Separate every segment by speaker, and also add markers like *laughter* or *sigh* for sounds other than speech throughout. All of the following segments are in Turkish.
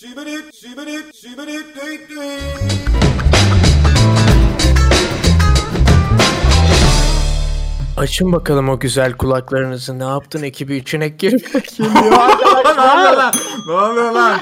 Speaker 1: Sübülüp, sübülüp, sübülüp, düt düt.
Speaker 2: Açın bakalım o güzel kulaklarınızı. Ne yaptın ekibi
Speaker 1: *laughs*
Speaker 2: içine gir.
Speaker 1: Ne oluyor lan? Ne oluyor lan?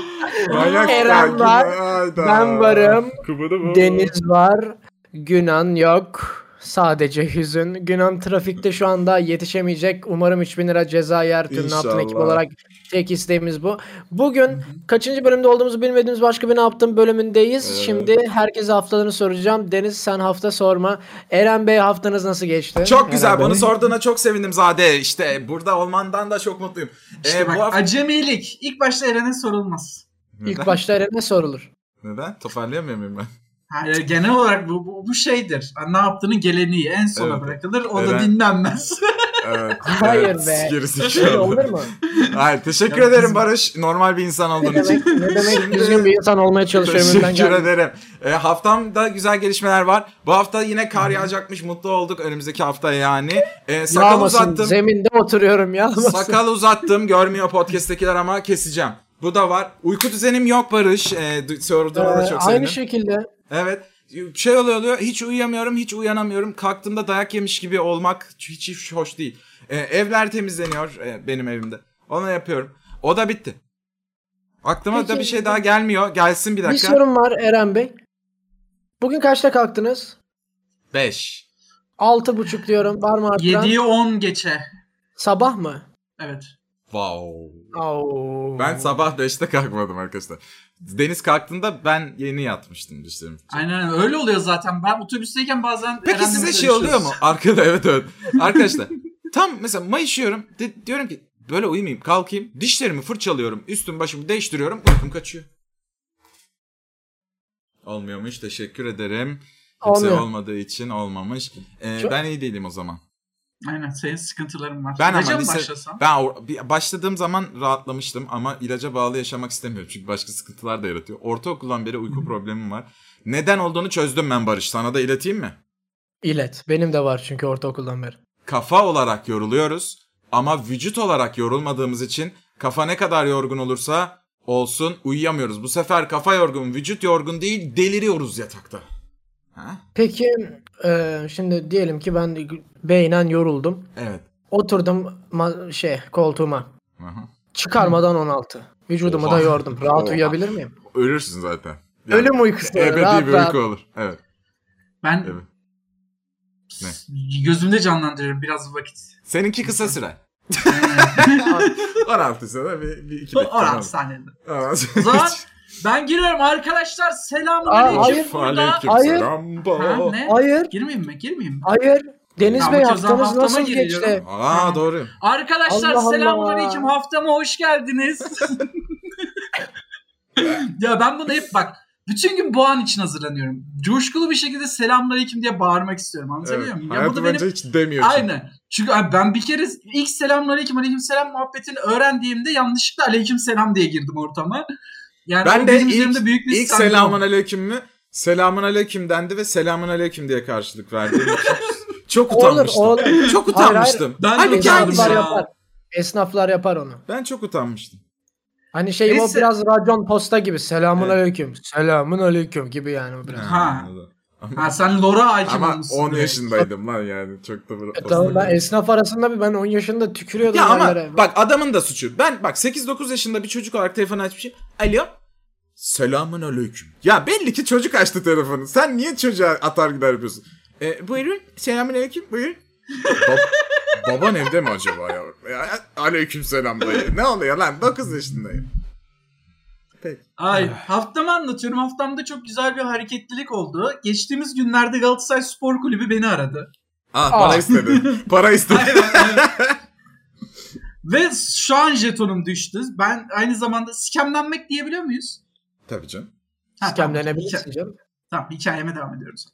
Speaker 1: Manyak
Speaker 2: Eren
Speaker 1: sakin.
Speaker 2: var,
Speaker 1: Hayda.
Speaker 2: ben varım.
Speaker 3: Kıvırı mı?
Speaker 2: Deniz var. Günan yok. Sadece hüzün. Günan trafikte şu anda yetişemeyecek. Umarım 3000 lira ceza yer. Tüm ne yaptın ekip
Speaker 1: İnşallah.
Speaker 2: olarak tek isteğimiz bu. Bugün kaçıncı bölümde olduğumuzu bilmediğimiz başka bir ne yaptın bölümündeyiz.
Speaker 1: Evet.
Speaker 2: Şimdi herkese haftalarını soracağım. Deniz sen hafta sorma. Eren Bey haftanız nasıl geçti?
Speaker 4: Çok güzel.
Speaker 2: Eren Bey.
Speaker 4: Bunu sorduğuna çok sevindim Zade. İşte burada olmandan da çok mutluyum.
Speaker 5: İşte
Speaker 4: Ee,
Speaker 5: bak
Speaker 4: bu hafta...
Speaker 5: acemilik. İlk başta Eren'e sorulmaz.
Speaker 4: Neden?
Speaker 2: İlk başta Eren'e sorulur.
Speaker 4: Neden? Toparlayamıyor muyum
Speaker 5: *laughs*
Speaker 4: ben?
Speaker 5: Hayır, e, genel olarak bu, bu, bu şeydir. Ne yaptığının geleneği en sona
Speaker 4: Evet.
Speaker 5: bırakılır. O da
Speaker 4: Eren- *laughs*
Speaker 5: dinlenmez.
Speaker 4: Evet.
Speaker 2: Hayır
Speaker 4: Evet,
Speaker 2: be. Şey
Speaker 4: gerizekalı.
Speaker 2: Öyle olur mu?
Speaker 4: Hayır, teşekkür
Speaker 5: Ya
Speaker 4: ederim
Speaker 5: bizim-
Speaker 4: Barış. Normal bir insan olduğun için.
Speaker 2: Ne demek
Speaker 4: Şimdi-
Speaker 2: düzgün bir insan olmaya çalışıyorum. Elimden
Speaker 4: Teşekkür
Speaker 2: geldiğince.
Speaker 4: ederim. E, haftamda güzel gelişmeler var. Bu hafta yine kar yağacakmış. Mutlu olduk önümüzdeki hafta yani. E, sakal
Speaker 2: Yağmasın,
Speaker 4: uzattım.
Speaker 2: Zeminde oturuyorum yağmasın.
Speaker 4: Sakal uzattım. Görmüyor podcast'tekiler ama keseceğim. Bu da var. Uyku düzenim yok Barış. E, du- sorduğuna
Speaker 2: Ee,
Speaker 4: da çok sevindim.
Speaker 2: aynı şekilde
Speaker 4: Evet. Şey oluyor oluyor. Hiç uyuyamıyorum, hiç uyanamıyorum. Kalktığımda dayak yemiş gibi olmak hiç, hiç hoş değil. Ee, evler temizleniyor e, benim evimde. Onu yapıyorum. O da bitti. Aklıma
Speaker 2: Peki.
Speaker 4: da bir şey daha gelmiyor. Gelsin bir
Speaker 2: bir
Speaker 4: dakika.
Speaker 2: sorum var Eren Bey. Bugün kaçta kalktınız?
Speaker 4: 5.
Speaker 2: Altı buçuk diyorum. Var mı artıran?
Speaker 5: 7'yi 10 geçe.
Speaker 2: Sabah mı?
Speaker 5: Evet.
Speaker 4: Wow.
Speaker 2: Oo.
Speaker 4: Ben sabah 5'te kalkmadım arkadaşlar. Deniz kalktığında ben yeni yatmıştım düşünüyorum.
Speaker 5: Aynen öyle. öyle oluyor zaten. Ben otobüsteyken bazen
Speaker 4: Peki
Speaker 5: Eren'le
Speaker 4: size
Speaker 5: mesela
Speaker 4: şey oluyor mu?
Speaker 5: görüşüyoruz.
Speaker 4: Arkada *laughs* evet evet. Arkadaşlar tam mesela mayışıyorum. De- diyorum ki böyle uyumayayım kalkayım. Dişlerimi fırçalıyorum. Üstüm başımı değiştiriyorum. Uykum kaçıyor. Olmuyormuş teşekkür ederim. Kimse
Speaker 2: Olmuyor.
Speaker 4: olmadığı için olmamış. Ee,
Speaker 2: Çok-
Speaker 4: Ben iyi değilim o zaman.
Speaker 5: Aynen senin sıkıntıların var.
Speaker 4: Ben ama
Speaker 5: Recep
Speaker 4: lise-
Speaker 5: başlasan.
Speaker 4: Ben or- bir- başladığım zaman rahatlamıştım ama ilaca bağlı yaşamak istemiyorum. Çünkü başka sıkıntılar da yaratıyor. Ortaokuldan beri uyku problemim var. Neden olduğunu çözdüm ben Barış. Sana da ileteyim mi?
Speaker 2: İlet. Benim de var çünkü ortaokuldan beri.
Speaker 4: kafa olarak yoruluyoruz ama vücut olarak yorulmadığımız için kafa ne kadar yorgun olursa olsun uyuyamıyoruz. Bu sefer kafa yorgun, vücut yorgun değil, deliriyoruz yatakta. Ha?
Speaker 2: Peki e, şimdi diyelim ki ben beynen yoruldum.
Speaker 4: Evet.
Speaker 2: Oturdum ma- şey koltuğuma.
Speaker 4: Aha.
Speaker 2: Çıkarmadan 16. Vücudumu
Speaker 4: Oha.
Speaker 2: da yordum. Rahat
Speaker 4: Oha.
Speaker 2: uyuyabilir miyim?
Speaker 4: Ölürsün zaten. Yani
Speaker 2: Ölüm uykusu.
Speaker 4: Ebedi
Speaker 2: rahat
Speaker 4: bir
Speaker 2: rahat.
Speaker 4: uyku olur. Evet.
Speaker 5: Ben
Speaker 4: evet. Ne?
Speaker 5: gözümde canlandırıyorum biraz vakit.
Speaker 4: Seninki kısa süre.
Speaker 5: *laughs*
Speaker 4: 16 sene bir, bir iki dakika.
Speaker 5: Oran saniyede.
Speaker 4: Tamam.
Speaker 5: O zaman ben giriyorum arkadaşlar.
Speaker 2: Aa, hayır.
Speaker 5: Selamünaleyküm burada.
Speaker 2: Hayır.
Speaker 4: Aleykümselam.
Speaker 5: Ha, ne?
Speaker 2: Hayır.
Speaker 5: Girmeyeyim mi? Girmeyeyim mi?
Speaker 2: Hayır. Deniz
Speaker 5: Ya
Speaker 2: Bey
Speaker 5: bu ceza
Speaker 2: haftanız
Speaker 5: haftama
Speaker 2: nasıl
Speaker 5: giriyor.
Speaker 2: geçti?
Speaker 4: Aa doğru.
Speaker 5: Arkadaşlar
Speaker 2: Allah Allah.
Speaker 5: selamünaleyküm. Haftama hoş
Speaker 4: *laughs*
Speaker 5: geldiniz. ya ben bunu hep bak bütün gün bu an için hazırlanıyorum. Coşkulu bir şekilde selamünaleyküm diye bağırmak istiyorum. Anlatabiliyor
Speaker 4: Evet.
Speaker 5: muyum? Ya bu
Speaker 4: Hayatı
Speaker 5: da
Speaker 4: bence
Speaker 5: benim
Speaker 4: hiç demiyorsun.
Speaker 5: Aynen. Çünkü abi ben bir kere ilk selamünaleyküm aleykümselam muhabbetini öğrendiğimde yanlışlıkla aleykümselam diye girdim ortama. Yani
Speaker 4: Ben
Speaker 5: o
Speaker 4: de
Speaker 5: benim
Speaker 4: ilk,
Speaker 5: üzerimde büyük bir
Speaker 4: ilk
Speaker 5: sancı
Speaker 4: selamun
Speaker 5: oldu.
Speaker 4: aleyküm mü? Selamun aleyküm dendi ve selamun aleyküm diye karşılık verdi. Çok
Speaker 2: Olur,
Speaker 4: utanmıştım.
Speaker 2: olur.
Speaker 4: Çok
Speaker 2: Hayır,
Speaker 4: utanmıştım.
Speaker 5: Ben de
Speaker 4: Halbuki
Speaker 5: utandım
Speaker 4: aynı
Speaker 2: Esnaflar
Speaker 4: şey.
Speaker 5: ya.
Speaker 2: yapar. Esnaflar yapar onu.
Speaker 4: Ben çok utanmıştım.
Speaker 2: Hani şey o
Speaker 5: Neyse.
Speaker 2: biraz racon posta gibi. Selamun
Speaker 4: Evet.
Speaker 2: aleyküm. Selamun aleyküm gibi yani o biraz.
Speaker 5: Ha.
Speaker 4: oldu.
Speaker 5: Ha, sen Lora hakim
Speaker 4: Ama
Speaker 5: olmuşsun.
Speaker 4: 10
Speaker 5: direkt.
Speaker 4: yaşındaydım lan yani. Çok da bir
Speaker 2: E tamam ben
Speaker 4: Ya
Speaker 2: esnaf arasında bir ben 10 yaşında tükürüyordum yerlere.
Speaker 4: ama bak adamın da suçu. Ben bak 8-9 yaşında bir çocuk olarak telefonu açmışım. Alo. Selamun aleyküm. Ya belli ki çocuk açtı telefonu. Sen niye çocuğa atar gider yapıyorsun? E, buyurun. Selamun aleyküm. Buyurun. Bab- baban evde mi acaba ya? ya aleyküm selam dayı. Ne oluyor lan? 9 yaşındayım.
Speaker 5: Ay,
Speaker 4: Ah.
Speaker 5: haftamı anlatıyorum. Haftamda çok güzel bir hareketlilik oldu. Geçtiğimiz günlerde Galatasaray Spor Kulübü beni aradı.
Speaker 4: Ah
Speaker 2: para Aa.
Speaker 4: istedi.
Speaker 5: *laughs*
Speaker 4: Para istedi.
Speaker 5: Aynen, aynen. Ve şu an jetonum düştü. Ben aynı zamanda skemlenmek diyebiliyor muyuz?
Speaker 4: Tabii canım.
Speaker 5: Ha, tamam.
Speaker 2: Skemlenebilirsin canım.
Speaker 5: Tamam hikayeme devam ediyoruz.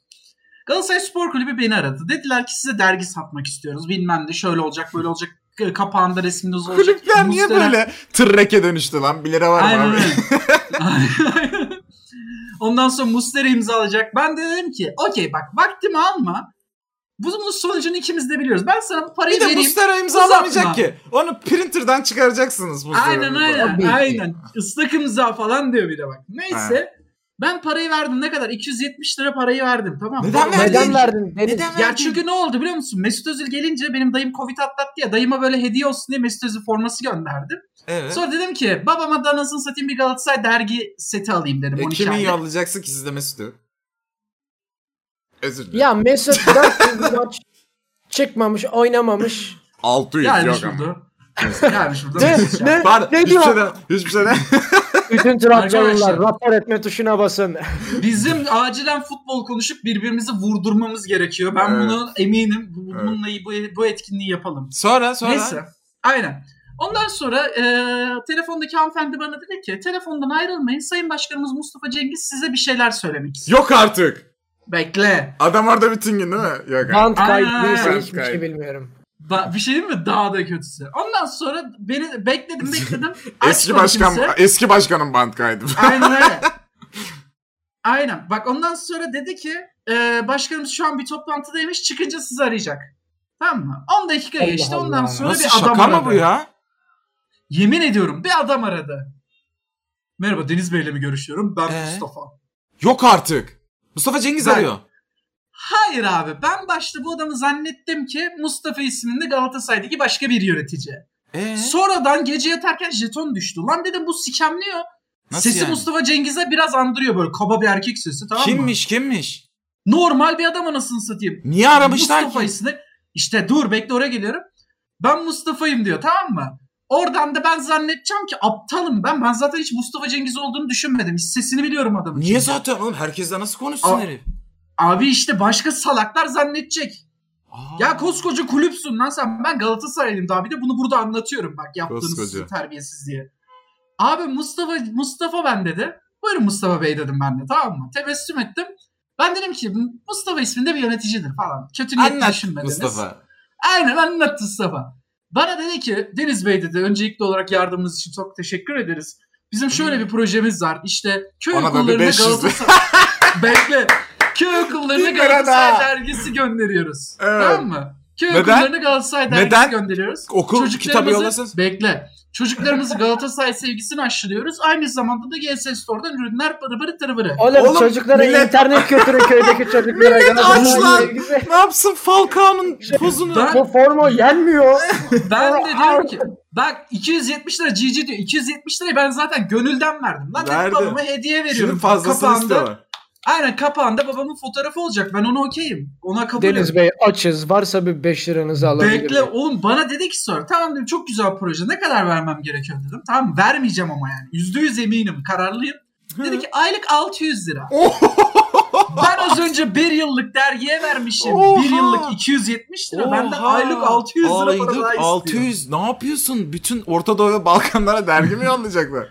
Speaker 5: Galatasaray Spor Kulübü beni aradı. Dediler ki size dergi satmak istiyoruz. Bilmem ne şöyle olacak böyle olacak. K- Kapağında resminiz olacak.
Speaker 4: Kulüpler niye
Speaker 5: Muslera-
Speaker 4: böyle tırreke dönüştü lan? 1 lira var mı
Speaker 5: Aynen
Speaker 4: abi? *laughs*
Speaker 5: öyle. Aynen. Ondan sonra Muslera imzalayacak. Ben de dedim ki okey bak vaktimi alma. Bunun sonucunu ikimiz de biliyoruz. Ben sana bu parayı
Speaker 4: Bir de
Speaker 5: vereyim.
Speaker 4: Mustera imzalamayacak
Speaker 5: uzatma.
Speaker 4: ki. Onu printer'dan çıkaracaksınız Mustera'nın.
Speaker 5: Aynen
Speaker 2: Tabii
Speaker 5: aynen.
Speaker 2: ki.
Speaker 5: Aynen. Islak imza falan diyor bir de bak. Neyse. Ben parayı verdim ne kadar? 270 lira parayı verdim tamam mı?
Speaker 4: Neden
Speaker 5: Ben-
Speaker 4: verdin?
Speaker 2: Neden şey verdin? Dedim.
Speaker 4: Neden
Speaker 5: Ya
Speaker 4: verdin?
Speaker 5: çünkü ne oldu biliyor musun? Mesut Özil gelince benim dayım Covid atlattı ya. Dayıma böyle hediye olsun diye Mesut Özil forması gönderdim.
Speaker 4: Evet.
Speaker 5: Sonra dedim ki babama da anasını satayım bir Galatasaray dergi seti alayım dedim.
Speaker 4: E,
Speaker 5: 12
Speaker 4: kimin
Speaker 5: aylık.
Speaker 4: yollayacaksın ki sizde Mesut'u? Özür dilerim.
Speaker 2: Ya Mesut 400 maç çıkmamış, oynamamış.
Speaker 4: 600
Speaker 5: Gelmiş
Speaker 4: yok ama.
Speaker 5: burada. Gelmiş burada.
Speaker 2: Ne,
Speaker 5: Mesut ya.
Speaker 2: ne,
Speaker 4: Pardon,
Speaker 2: ne
Speaker 4: hiçbir
Speaker 2: diyor?
Speaker 4: şey de- Hiçbir şey de-
Speaker 2: Bütün Trabzonlular
Speaker 5: Arkadaşlar.
Speaker 2: rapor etme tuşuna basın.
Speaker 5: Bizim acilen futbol konuşup birbirimizi vurdurmamız gerekiyor. Ben
Speaker 4: Evet.
Speaker 5: bunu eminim. Bu- Bununla bu, bu etkinliği yapalım.
Speaker 4: *laughs* Sonra sonra.
Speaker 5: Neyse. Aynen. Ondan sonra e, telefondaki hanımefendi bana dedi ki telefondan ayrılmayın. Sayın Başkanımız Mustafa Cengiz size bir şeyler söylemek istiyor.
Speaker 4: Yok artık.
Speaker 5: Bekle.
Speaker 4: Adam orada bütün gün değil mi? Yok artık.
Speaker 2: Band kayıt
Speaker 5: Aa,
Speaker 2: neyse
Speaker 4: band
Speaker 2: hiçbir şey
Speaker 4: kayıt.
Speaker 2: bilmiyorum.
Speaker 5: Ba- bir şey değil mi? Daha da kötüsü. Ondan sonra beni bekledim bekledim.
Speaker 4: Eski
Speaker 5: Açmadı
Speaker 4: başkan,
Speaker 5: kimse.
Speaker 4: eski başkanın band kaydı. *laughs*
Speaker 5: Aynen öyle. Aynen. Bak ondan sonra dedi ki e, başkanımız şu an bir toplantıdaymış çıkınca sizi arayacak. Tamam mı? 10 dakika
Speaker 2: Allah
Speaker 5: geçti ondan
Speaker 2: Allah.
Speaker 5: sonra
Speaker 4: Nasıl
Speaker 5: bir adam
Speaker 4: şaka
Speaker 5: aradı.
Speaker 4: mı bu ya?
Speaker 5: Yemin ediyorum bir adam aradı. Merhaba Deniz Bey'le mi görüşüyorum? Ben
Speaker 4: Ee?
Speaker 5: Mustafa.
Speaker 4: Yok artık. Mustafa Cengiz
Speaker 5: Ben-
Speaker 4: arıyor.
Speaker 5: Hayır abi ben başta bu adamı zannettim ki Mustafa isminde Galatasaray'daki başka bir yönetici.
Speaker 4: Ee,
Speaker 5: Sonradan gece yatarken jeton düştü. Lan dedim bu sikemliyor.
Speaker 4: Nasıl
Speaker 5: sesi
Speaker 4: yani?
Speaker 5: Mustafa Cengiz'e biraz andırıyor böyle kaba bir erkek sesi tamam mı?
Speaker 4: kimmiş kimmiş?
Speaker 5: Normal bir adam anasını satayım.
Speaker 4: Niye aramışlar
Speaker 5: Mustafa
Speaker 4: ki?
Speaker 5: ismi. İşte dur bekle oraya geliyorum. Ben Mustafa'yım diyor tamam mı? Oradan da ben zannedeceğim ki aptalım ben. Ben zaten hiç Mustafa Cengiz olduğunu düşünmedim. Hiç sesini biliyorum adamın.
Speaker 4: Niye zaten oğlum? Herkesle nasıl konuşsun
Speaker 5: Aa.
Speaker 4: herif?
Speaker 5: Abi işte başka salaklar zannedecek.
Speaker 4: Aa.
Speaker 5: Ya koskoca kulüpsün lan sen. Ben Galatasaraylıyım daha bir de bunu burada anlatıyorum bak yaptığınız
Speaker 4: Koskoca.
Speaker 5: terbiyesizliğe. Abi Mustafa Mustafa ben dedi. Buyurun Mustafa Bey dedim ben de tamam mı? Tebessüm ettim. Ben dedim ki Mustafa isminde bir yöneticidir falan. Kötü niyetli
Speaker 4: Anlat
Speaker 5: düşünmediniz.
Speaker 4: Mustafa.
Speaker 5: Aynen anlat Mustafa. Bana dedi ki Deniz Bey dedi öncelikli olarak yardımınız için çok teşekkür ederiz. Bizim şöyle bir projemiz var. İşte köy
Speaker 4: Hmm. Bana da bir
Speaker 5: okullarına
Speaker 4: 500 lira.
Speaker 5: Galatasaray... *laughs* Bekle. Köy okullarına
Speaker 4: Bin lira
Speaker 5: Galatasaray
Speaker 4: daha.
Speaker 5: dergisi gönderiyoruz.
Speaker 4: Evet.
Speaker 5: Tamam mı? Köy
Speaker 4: Neden?
Speaker 5: okullarına Galatasaray dergisi
Speaker 4: Neden?
Speaker 5: gönderiyoruz.
Speaker 4: Okul kitabı
Speaker 5: Çocuklarımızı-
Speaker 4: yollasın.
Speaker 5: Bekle. Çocuklarımızı Galatasaray sevgisini aşılıyoruz. Aynı zamanda da GS Store'dan ürünler bırı bırı tırı bırı.
Speaker 2: Oğlum,
Speaker 4: Oğlum,
Speaker 2: çocuklara
Speaker 4: millet-
Speaker 2: internet götürün köydeki çocuklara.
Speaker 4: Millet
Speaker 2: Galatasaray
Speaker 4: aç lan.
Speaker 2: sevgisi.
Speaker 4: Ne yapsın Falcao'nun pozunu?
Speaker 5: Şey- Ben-
Speaker 2: Bu forma yenmiyor.
Speaker 5: Ben de diyorum ki bak 270 lira GG diyor. 270 lirayı ben zaten gönülden verdim. Lan dedim
Speaker 4: Verdi.
Speaker 5: babama hediye veriyorum.
Speaker 4: Şunun fazlasını
Speaker 5: Kapağında-
Speaker 4: istiyorlar.
Speaker 5: Aynen kapağında babamın fotoğrafı olacak. Ben onu okeyim. Ona kabul
Speaker 2: *laughs* Deniz Bey açız. Varsa bir 5 liranızı alabilir
Speaker 5: Bekle
Speaker 2: miyim?
Speaker 5: oğlum bana dedi ki sor. Tamam dedim çok güzel proje. Ne kadar vermem gerekiyor dedim. Tamam vermeyeceğim ama yani. Yüzde yüz eminim. Kararlıyım. Dedi ki aylık
Speaker 4: *laughs*
Speaker 5: 600 lira.
Speaker 4: Oh!
Speaker 5: ben az önce bir yıllık dergiye vermişim. Bir
Speaker 4: Oha.
Speaker 5: yıllık 270 lira. Ben de
Speaker 4: Oha!
Speaker 5: aylık 600 lira para
Speaker 4: Aylık
Speaker 5: daha istiyorum.
Speaker 4: 600 ne yapıyorsun? Bütün Orta Doğu ve Balkanlara dergi mi yollayacaklar?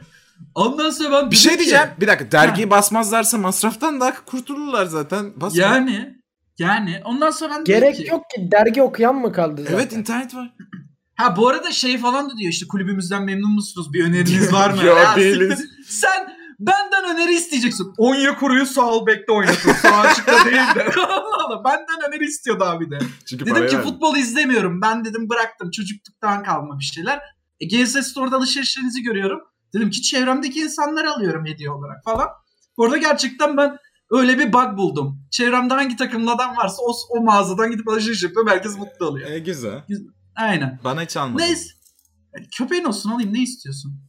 Speaker 5: Ondan sonra ben
Speaker 4: Bir
Speaker 5: dedim
Speaker 4: şey
Speaker 5: ki,
Speaker 4: diyeceğim. Bir dakika dergiyi basmazlarsa masraftan daha kurtulurlar zaten. Basma.
Speaker 5: Yani yani ondan sonra ben dedim ki,
Speaker 2: Gerek yok ki. Dergi okuyan mı kaldı zaten?
Speaker 4: Evet internet var.
Speaker 5: Ha bu arada şey falan da diyor işte kulübümüzden memnun musunuz?
Speaker 2: *laughs*
Speaker 5: Bir öneriniz var mı?
Speaker 4: Ya
Speaker 5: Ya
Speaker 4: değiliz.
Speaker 5: siktir. Sen benden öneri isteyeceksin. Onya kuruyu sol bekte oynatın. Sağ açıkta değil de. *laughs* Allah Allah benden öneri istiyordu abi de.
Speaker 4: Çünkü
Speaker 5: Dedim
Speaker 4: parayı
Speaker 5: ki
Speaker 4: verdi.
Speaker 5: futbol izlemiyorum. Ben dedim bıraktım. Çocukluktan kalma bir şeyler. E, GS Store'da alışverişlerinizi görüyorum. Dedim ki çevremdeki insanları alıyorum hediye olarak falan. Bu arada gerçekten ben öyle bir bug buldum. Çevremde hangi takımlı adam varsa o, o mağazadan gidip alışveriş yapıyor. Herkes mutlu oluyor.
Speaker 4: E, güzel.
Speaker 5: Aynen.
Speaker 4: Bana hiç almadın.
Speaker 5: Neyse. E, Köpeğin olsun alayım ne istiyorsun?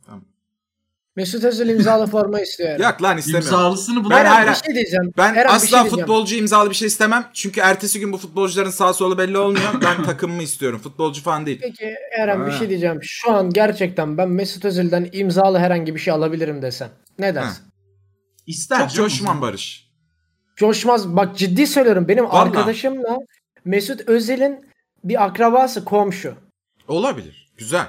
Speaker 2: Mesut Özil imzalı forma istiyor. Eren.
Speaker 4: Yok lan istemiyorum.
Speaker 5: İmzalısını
Speaker 4: Ben
Speaker 5: bulamam.
Speaker 2: Eren,
Speaker 4: hala-
Speaker 2: bir şey diyeceğim.
Speaker 4: Ben
Speaker 2: Eren, bir şey
Speaker 4: asla
Speaker 2: diyeceğim.
Speaker 4: futbolcu imzalı bir şey istemem. Çünkü ertesi gün bu futbolcuların sağ solu belli olmuyor. Ben takımımı istiyorum. Futbolcu falan değil.
Speaker 2: Peki Eren bir
Speaker 4: Ha.
Speaker 2: şey diyeceğim. Şu an gerçekten ben Mesut Özil'den imzalı herhangi bir şey alabilirim desem. Ne dersin?
Speaker 5: İster
Speaker 4: Çok
Speaker 5: canım.
Speaker 4: coşman Barış.
Speaker 2: Coşmaz. Bak ciddi söylüyorum. Benim
Speaker 4: Vallahi.
Speaker 2: arkadaşımla Mesut Özil'in bir akrabası komşu.
Speaker 4: Olabilir. Güzel.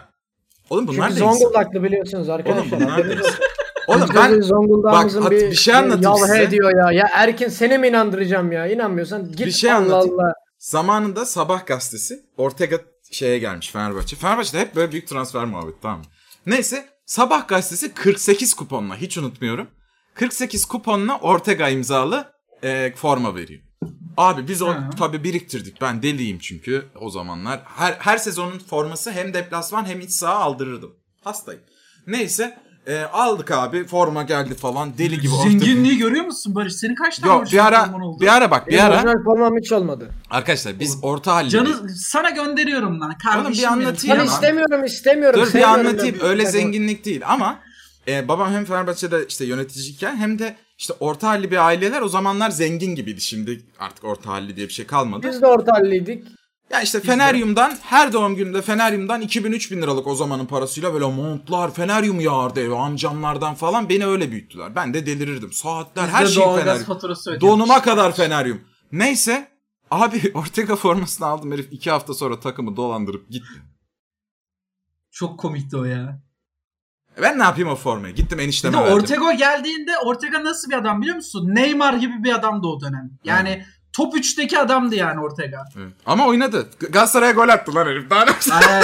Speaker 4: Oğlum bunlar
Speaker 2: Çünkü
Speaker 4: da insan.
Speaker 2: Zonguldaklı biliyorsunuz
Speaker 4: Oğlum
Speaker 2: arkadaşlar.
Speaker 4: bunlar da
Speaker 2: Haberiniz
Speaker 4: insan. Oğlum
Speaker 2: Mesut
Speaker 4: ben
Speaker 2: Özil Hani Zonguldak'ımızın
Speaker 4: bak, hat-
Speaker 2: bir,
Speaker 4: bir şey anlatayım
Speaker 2: yalhe
Speaker 4: size.
Speaker 2: ediyor ya. Ya Erkin seni mi inandıracağım ya? İnanmıyorsan git
Speaker 4: Bir şey
Speaker 2: Allah
Speaker 4: anlatayım.
Speaker 2: Allah.
Speaker 4: Zamanında Sabah gazetesi Ortega şeye gelmiş Fenerbahçe. Fenerbahçe'de hep böyle büyük transfer muhabbeti tamam mı? Neyse Sabah gazetesi 48 kuponla hiç unutmuyorum. 48 kuponla Ortega imzalı e, forma veriyor. Abi biz onu
Speaker 5: Ha.
Speaker 4: tabii biriktirdik. Ben deliyim çünkü o zamanlar. Her, her sezonun forması hem deplasman hem iç saha aldırırdım. Hastayım. Neyse e, aldık abi forma geldi falan deli gibi.
Speaker 5: Zenginliği görüyor musun Barış? Senin kaç tane
Speaker 4: Yok bir
Speaker 5: orijinal
Speaker 4: ara
Speaker 5: forman oldu?
Speaker 4: bir ara bak bir
Speaker 2: Benim
Speaker 4: ara.
Speaker 2: orijinal formam hiç olmadı.
Speaker 4: Arkadaşlar biz orta halli.
Speaker 5: Canı sana gönderiyorum lan kardeşim.
Speaker 4: bir
Speaker 5: benim.
Speaker 4: anlatayım
Speaker 2: Ben
Speaker 4: Ya.
Speaker 2: Hani istemiyorum istemiyorum.
Speaker 4: Dur
Speaker 5: Şey
Speaker 4: bir
Speaker 2: sevmiyorum Hani
Speaker 4: anlatayım.
Speaker 2: ben.
Speaker 4: Öyle zenginlik değil ama e, babam hem Fenerbahçe'de işte yöneticiyken hem de işte orta halli bir aileler o zamanlar zengin gibiydi. Şimdi artık orta halli diye bir şey kalmadı.
Speaker 2: Biz de orta halliydik.
Speaker 4: Ya işte Feneryum'dan her doğum gününde Feneryum'dan 2000-3000 liralık o zamanın parasıyla böyle montlar Feneryum yağardı eve amcamlardan falan beni öyle büyüttüler. Ben de delirirdim. Saatler her
Speaker 5: Bizde
Speaker 4: şey
Speaker 5: doğalgaz
Speaker 4: Feneryum.
Speaker 5: faturası ödüyormuş.
Speaker 4: Donuma kadar Feneryum. Neyse abi *laughs* Ortega formasını aldım herif iki hafta sonra takımı dolandırıp gitti.
Speaker 5: Çok komikti o ya.
Speaker 4: E Ben ne yapayım o formaya? Gittim
Speaker 5: Bir
Speaker 4: enişteme
Speaker 5: de
Speaker 4: verdim.
Speaker 5: Ortega geldiğinde Ortega nasıl bir adam biliyor musun? Neymar gibi bir adamdı o dönem. Yani top 3'teki adamdı yani Ortega.
Speaker 4: Evet. Ama oynadı. G- Galatasaray'a gol attı lan herif. Daha ne yapsın?
Speaker 5: Ee,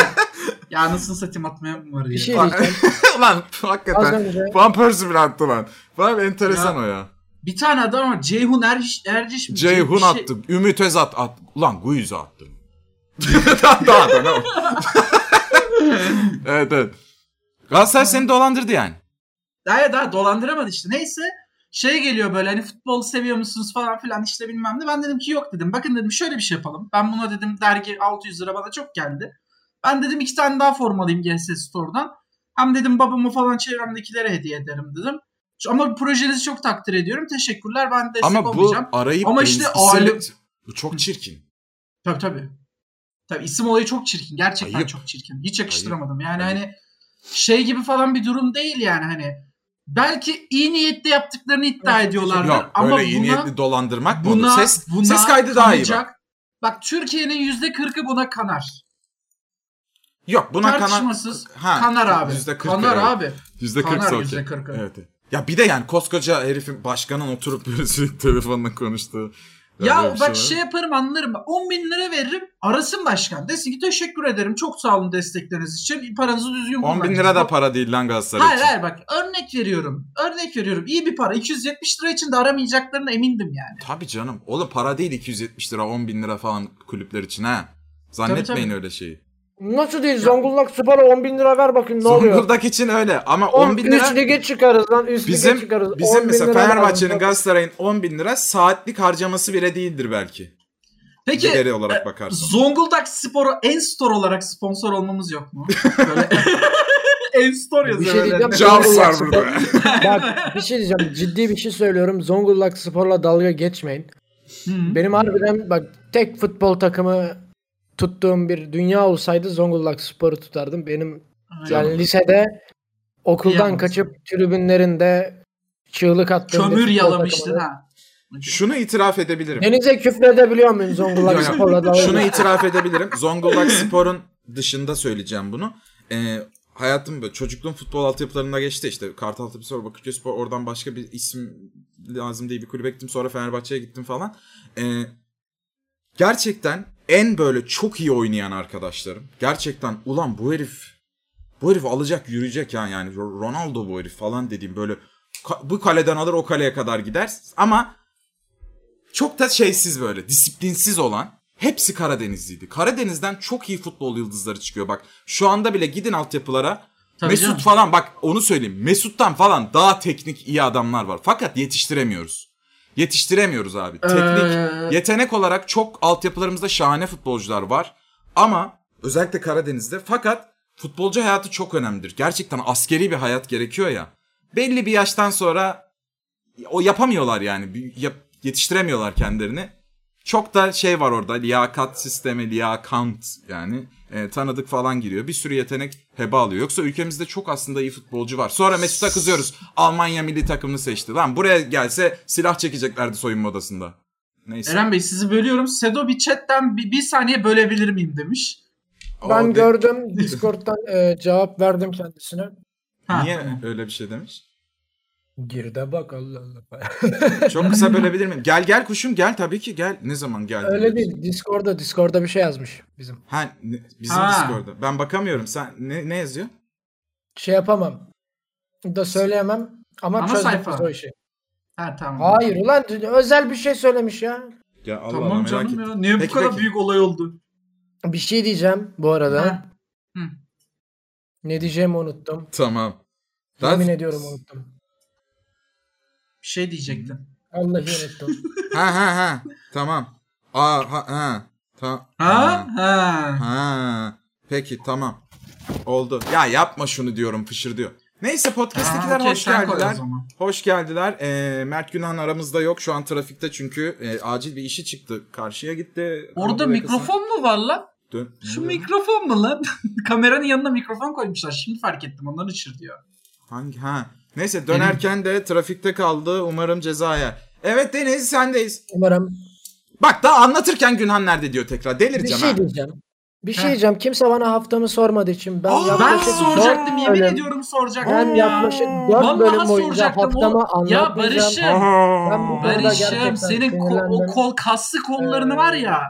Speaker 5: ya nasıl satayım atmaya mı var ya?
Speaker 2: Bir şey diyeceğim.
Speaker 4: *laughs* lan
Speaker 2: Az
Speaker 4: hakikaten.
Speaker 2: önce
Speaker 4: Van Persie bile attı lan. Vay be enteresan
Speaker 5: Ya.
Speaker 4: o ya.
Speaker 5: Bir tane adam var. Ceyhun Erciş, Erciş mi?
Speaker 4: Ceyhun
Speaker 5: Bir şey-
Speaker 4: attı. Ümit Özat attı. Ulan Guiza attı. *laughs* daha daha da ne var? *laughs* evet evet. Galatasaray seni dolandırdı yani.
Speaker 5: Daha daha dolandıramadı işte. Neyse şey geliyor böyle hani futbol seviyor musunuz falan filan işte bilmem ne. Ben dedim ki yok dedim. Bakın dedim şöyle bir şey yapalım. Ben buna dedim dergi 600 lira bana çok geldi. Ben dedim iki tane daha forma alayım GS Store'dan. Hem dedim babamı falan çevremdekilere hediye ederim dedim. Şu- Ama projenizi çok takdir ediyorum. Teşekkürler. Ben destek
Speaker 4: Ama bu
Speaker 5: olmayacağım.
Speaker 4: arayıp...
Speaker 5: Ama işte
Speaker 4: isim-
Speaker 5: aile-
Speaker 4: Bu çok çirkin.
Speaker 5: Tabii tabii. Tabii isim olayı çok çirkin. Gerçekten
Speaker 4: Ayıp.
Speaker 5: çok çirkin. Hiç yakıştıramadım. Yani
Speaker 4: Ayıp.
Speaker 5: hani şey gibi falan bir durum değil yani hani. Belki iyi niyetle yaptıklarını iddia ediyorlardır
Speaker 4: Yok
Speaker 5: ama
Speaker 4: böyle iyi
Speaker 5: buna,
Speaker 4: niyetli dolandırmak mı
Speaker 5: buna,
Speaker 4: olur? Ses,
Speaker 5: buna
Speaker 4: ses kaydı daha iyi bak.
Speaker 5: kanacak. Bak Türkiye'nin yüzde kırkı buna kanar.
Speaker 4: Yok buna kanar...
Speaker 5: Tartışmasız
Speaker 4: Ha,
Speaker 5: kanar abi.
Speaker 4: %40
Speaker 5: kanar
Speaker 4: evet.
Speaker 5: abi.
Speaker 4: Yüzde
Speaker 5: Kanar
Speaker 4: kırk sanki.
Speaker 5: yüzde kırkı.
Speaker 4: Evet. evet. Ya bir de yani koskoca herifin başkanın oturup böyle *laughs* sürekli telefonla konuştuğu.
Speaker 5: Ya
Speaker 4: Böyle bir
Speaker 5: bak
Speaker 4: var.
Speaker 5: şey yaparım anlarım. 10 bin lira veririm arasın başkan. Desin ki teşekkür ederim çok sağ olun destekleriniz için. Paranızı
Speaker 4: 10
Speaker 5: düzgün
Speaker 4: bin lira
Speaker 5: kullanacağız."
Speaker 4: da para değil lan Galatasaray
Speaker 5: Hayır
Speaker 4: için.
Speaker 5: hayır bak örnek veriyorum. Örnek veriyorum. İyi bir para. 270 lira için de aramayacaklarına emindim yani.
Speaker 4: Tabii canım. Oğlum para değil 270 lira 10 bin lira falan kulüpler için ha. Zannetmeyin
Speaker 5: Tabii, tabii.
Speaker 4: öyle şeyi.
Speaker 2: nasıl değil Zonguldak Spor'a 10 bin lira ver bakayım ne oluyor.
Speaker 4: Zonguldak için öyle ama 10 bin lira...
Speaker 2: Üst lige çıkarız lan üst
Speaker 4: Bizim,
Speaker 2: lige çıkarız. 10
Speaker 4: bizim
Speaker 2: bin
Speaker 4: mesela
Speaker 2: lira
Speaker 4: Fenerbahçe'nin
Speaker 2: lazım.
Speaker 4: Galatasaray'ın 10 bin lira saatlik harcaması bile değildir belki.
Speaker 5: Peki e,
Speaker 4: Gideri olarak bakarsan.
Speaker 5: Zonguldak Spor'a en store olarak sponsor olmamız yok mu?
Speaker 4: *laughs*
Speaker 5: Böyle en store
Speaker 2: Bir
Speaker 5: yazıyor.
Speaker 2: şey
Speaker 5: böyle.
Speaker 2: diyeceğim.
Speaker 4: Cavs var
Speaker 2: Zonguldak
Speaker 4: burada. *laughs*
Speaker 2: Spor- Bak bir şey diyeceğim. Ciddi bir şey söylüyorum. Zonguldak Spor'la dalga geçmeyin.
Speaker 5: Hı.
Speaker 2: Benim harbiden bak tek futbol takımı tuttuğum bir dünya olsaydı Zonguldak Spor'u tutardım. Benim
Speaker 5: Aynen.
Speaker 2: yani lisede okuldan
Speaker 5: Kıyamam.
Speaker 2: kaçıp tribünlerinde çığlık attığım bir
Speaker 5: Kömür
Speaker 2: futbol
Speaker 5: yalamıştın
Speaker 2: takımı.
Speaker 5: ha.
Speaker 4: Şunu itiraf edebilirim.
Speaker 2: Denize küfredebiliyor muyum Zonguldak
Speaker 4: Yok, yok.
Speaker 2: Spor'la dalga?
Speaker 4: Şunu itiraf edebilirim. Zonguldak Spor'un dışında söyleyeceğim bunu. Ee, hayatım böyle çocukluğum futbol altyapılarında geçti. İşte Kartal Spor, Bakırköy Spor oradan başka bir isim lazım diye bir kulübe gittim. Sonra Fenerbahçe'ye gittim falan. Ee, gerçekten en böyle çok iyi oynayan arkadaşlarım. Gerçekten ulan bu herif bu herif alacak yürüyecek yani yani Ronaldo bu herif falan dediğim böyle ka- bu kaleden alır o kaleye kadar gider ama çok da şeysiz böyle disiplinsiz olan hepsi Karadenizliydi. Karadeniz'den çok iyi futbol yıldızları çıkıyor bak. Şu anda bile gidin altyapılara
Speaker 5: Tabii
Speaker 4: Mesut
Speaker 5: canım.
Speaker 4: falan bak onu söyleyeyim. Mesut'tan falan daha teknik iyi adamlar var. Fakat yetiştiremiyoruz. Yetiştiremiyoruz abi. Teknik
Speaker 5: Ee,
Speaker 4: Yetenek olarak çok altyapılarımızda şahane futbolcular var. Ama özellikle Karadeniz'de fakat futbolcu hayatı çok önemlidir. Gerçekten askeri bir hayat gerekiyor ya. Belli bir yaştan sonra o yapamıyorlar yani. Bir- yap- yetiştiremiyorlar kendilerini. Çok da şey var orada liyakat sistemi, liyakant yani e, tanıdık falan giriyor. Bir sürü yetenek heba alıyor. Yoksa ülkemizde çok aslında iyi futbolcu var. Sonra Mesut'a kızıyoruz. Almanya milli takımını seçti. Lan buraya gelse silah çekeceklerdi soyunma odasında. Neyse.
Speaker 5: Eren Bey sizi bölüyorum. Sedo bir chatten bir, bir saniye bölebilir miyim demiş.
Speaker 2: Ben
Speaker 4: O de-
Speaker 2: gördüm Discord'dan e, cevap verdim kendisine.
Speaker 5: Ha.
Speaker 4: Niye öyle bir şey demiş?
Speaker 2: Gir de bak Allah Allah. *laughs*
Speaker 4: Çok kısa bölebilir miyim? Gel gel kuşum gel tabii ki gel. Ne zaman gel?
Speaker 2: Öyle değil Discord'da Discord'da bir şey yazmış bizim.
Speaker 4: Ha ne- bizim
Speaker 5: Ha.
Speaker 4: Discord'da. Ben bakamıyorum. Sen ne, ne yazıyor?
Speaker 2: Şey yapamam. Da söyleyemem ama,
Speaker 5: Ana
Speaker 2: çözdük
Speaker 5: sayfa.
Speaker 2: biz o işi.
Speaker 5: Ha tamam.
Speaker 2: Hayır ulan özel bir şey söylemiş ya.
Speaker 4: ya Allah Allah
Speaker 5: tamam
Speaker 4: merak
Speaker 5: canım
Speaker 4: ettim.
Speaker 5: ya. Niye
Speaker 4: Peki,
Speaker 5: bu kadar
Speaker 4: peki.
Speaker 5: büyük olay oldu?
Speaker 2: Bir şey diyeceğim bu arada.
Speaker 5: Ha. Hı.
Speaker 2: Ne diyeceğimi unuttum.
Speaker 4: Tamam.
Speaker 2: Yemin
Speaker 4: Lan-
Speaker 2: ediyorum unuttum.
Speaker 5: Bir şey diyecektim.
Speaker 2: Vallahi unuttum.
Speaker 4: Ha ha ha. Tamam. Aa ha ha. Ta-
Speaker 5: Ha? Ha.
Speaker 4: Ha. Peki tamam. Oldu. Ya yapma şunu diyorum fışır diyor. Neyse podcast'tekiler
Speaker 5: okey,
Speaker 4: hoş
Speaker 5: sen koy o
Speaker 4: geldiler.
Speaker 5: zaman.
Speaker 4: Hoş geldiler. Ee, Mert Günhan aramızda yok şu an trafikte çünkü e, acil bir işi çıktı. Karşıya gitti.
Speaker 5: Orada
Speaker 4: Anadolu yakasına
Speaker 5: mikrofon mu var lan?
Speaker 4: dön-
Speaker 5: Şu mikrofon mu lan? *laughs* Kameranın yanına mikrofon koymuşlar. Şimdi fark ettim. Ondan ışır diyor.
Speaker 4: Hangi ha? Neyse dönerken de trafikte kaldı. Umarım ceza yer. Evet Deniz sendeyiz.
Speaker 2: Umarım
Speaker 4: Bak daha anlatırken Günhan nerede diyor tekrar.
Speaker 2: bir
Speaker 4: Delireceğim
Speaker 2: şey
Speaker 4: ha.
Speaker 2: diyeceğim. Bir şey
Speaker 5: Heh.
Speaker 2: diyeceğim. Kimse bana haftamı sormadığı için ben
Speaker 4: Aa,
Speaker 5: Ben
Speaker 2: yaklaşık dört
Speaker 5: soracaktım. Yemin
Speaker 2: bölüm-
Speaker 5: ediyorum soracaktım.
Speaker 2: Ben yaklaşık 4
Speaker 5: Vallahi
Speaker 2: bölüm boyunca
Speaker 5: soracaktım
Speaker 2: haftamı
Speaker 5: oğlum. Ya
Speaker 2: anlatmayacağım.
Speaker 5: Barış'ım.
Speaker 2: Ben bu konuda gerçekten
Speaker 5: Barış'ım senin ko- o
Speaker 2: sinirlendim.
Speaker 5: kol kaslı kollarını
Speaker 2: Ee,
Speaker 5: var ya.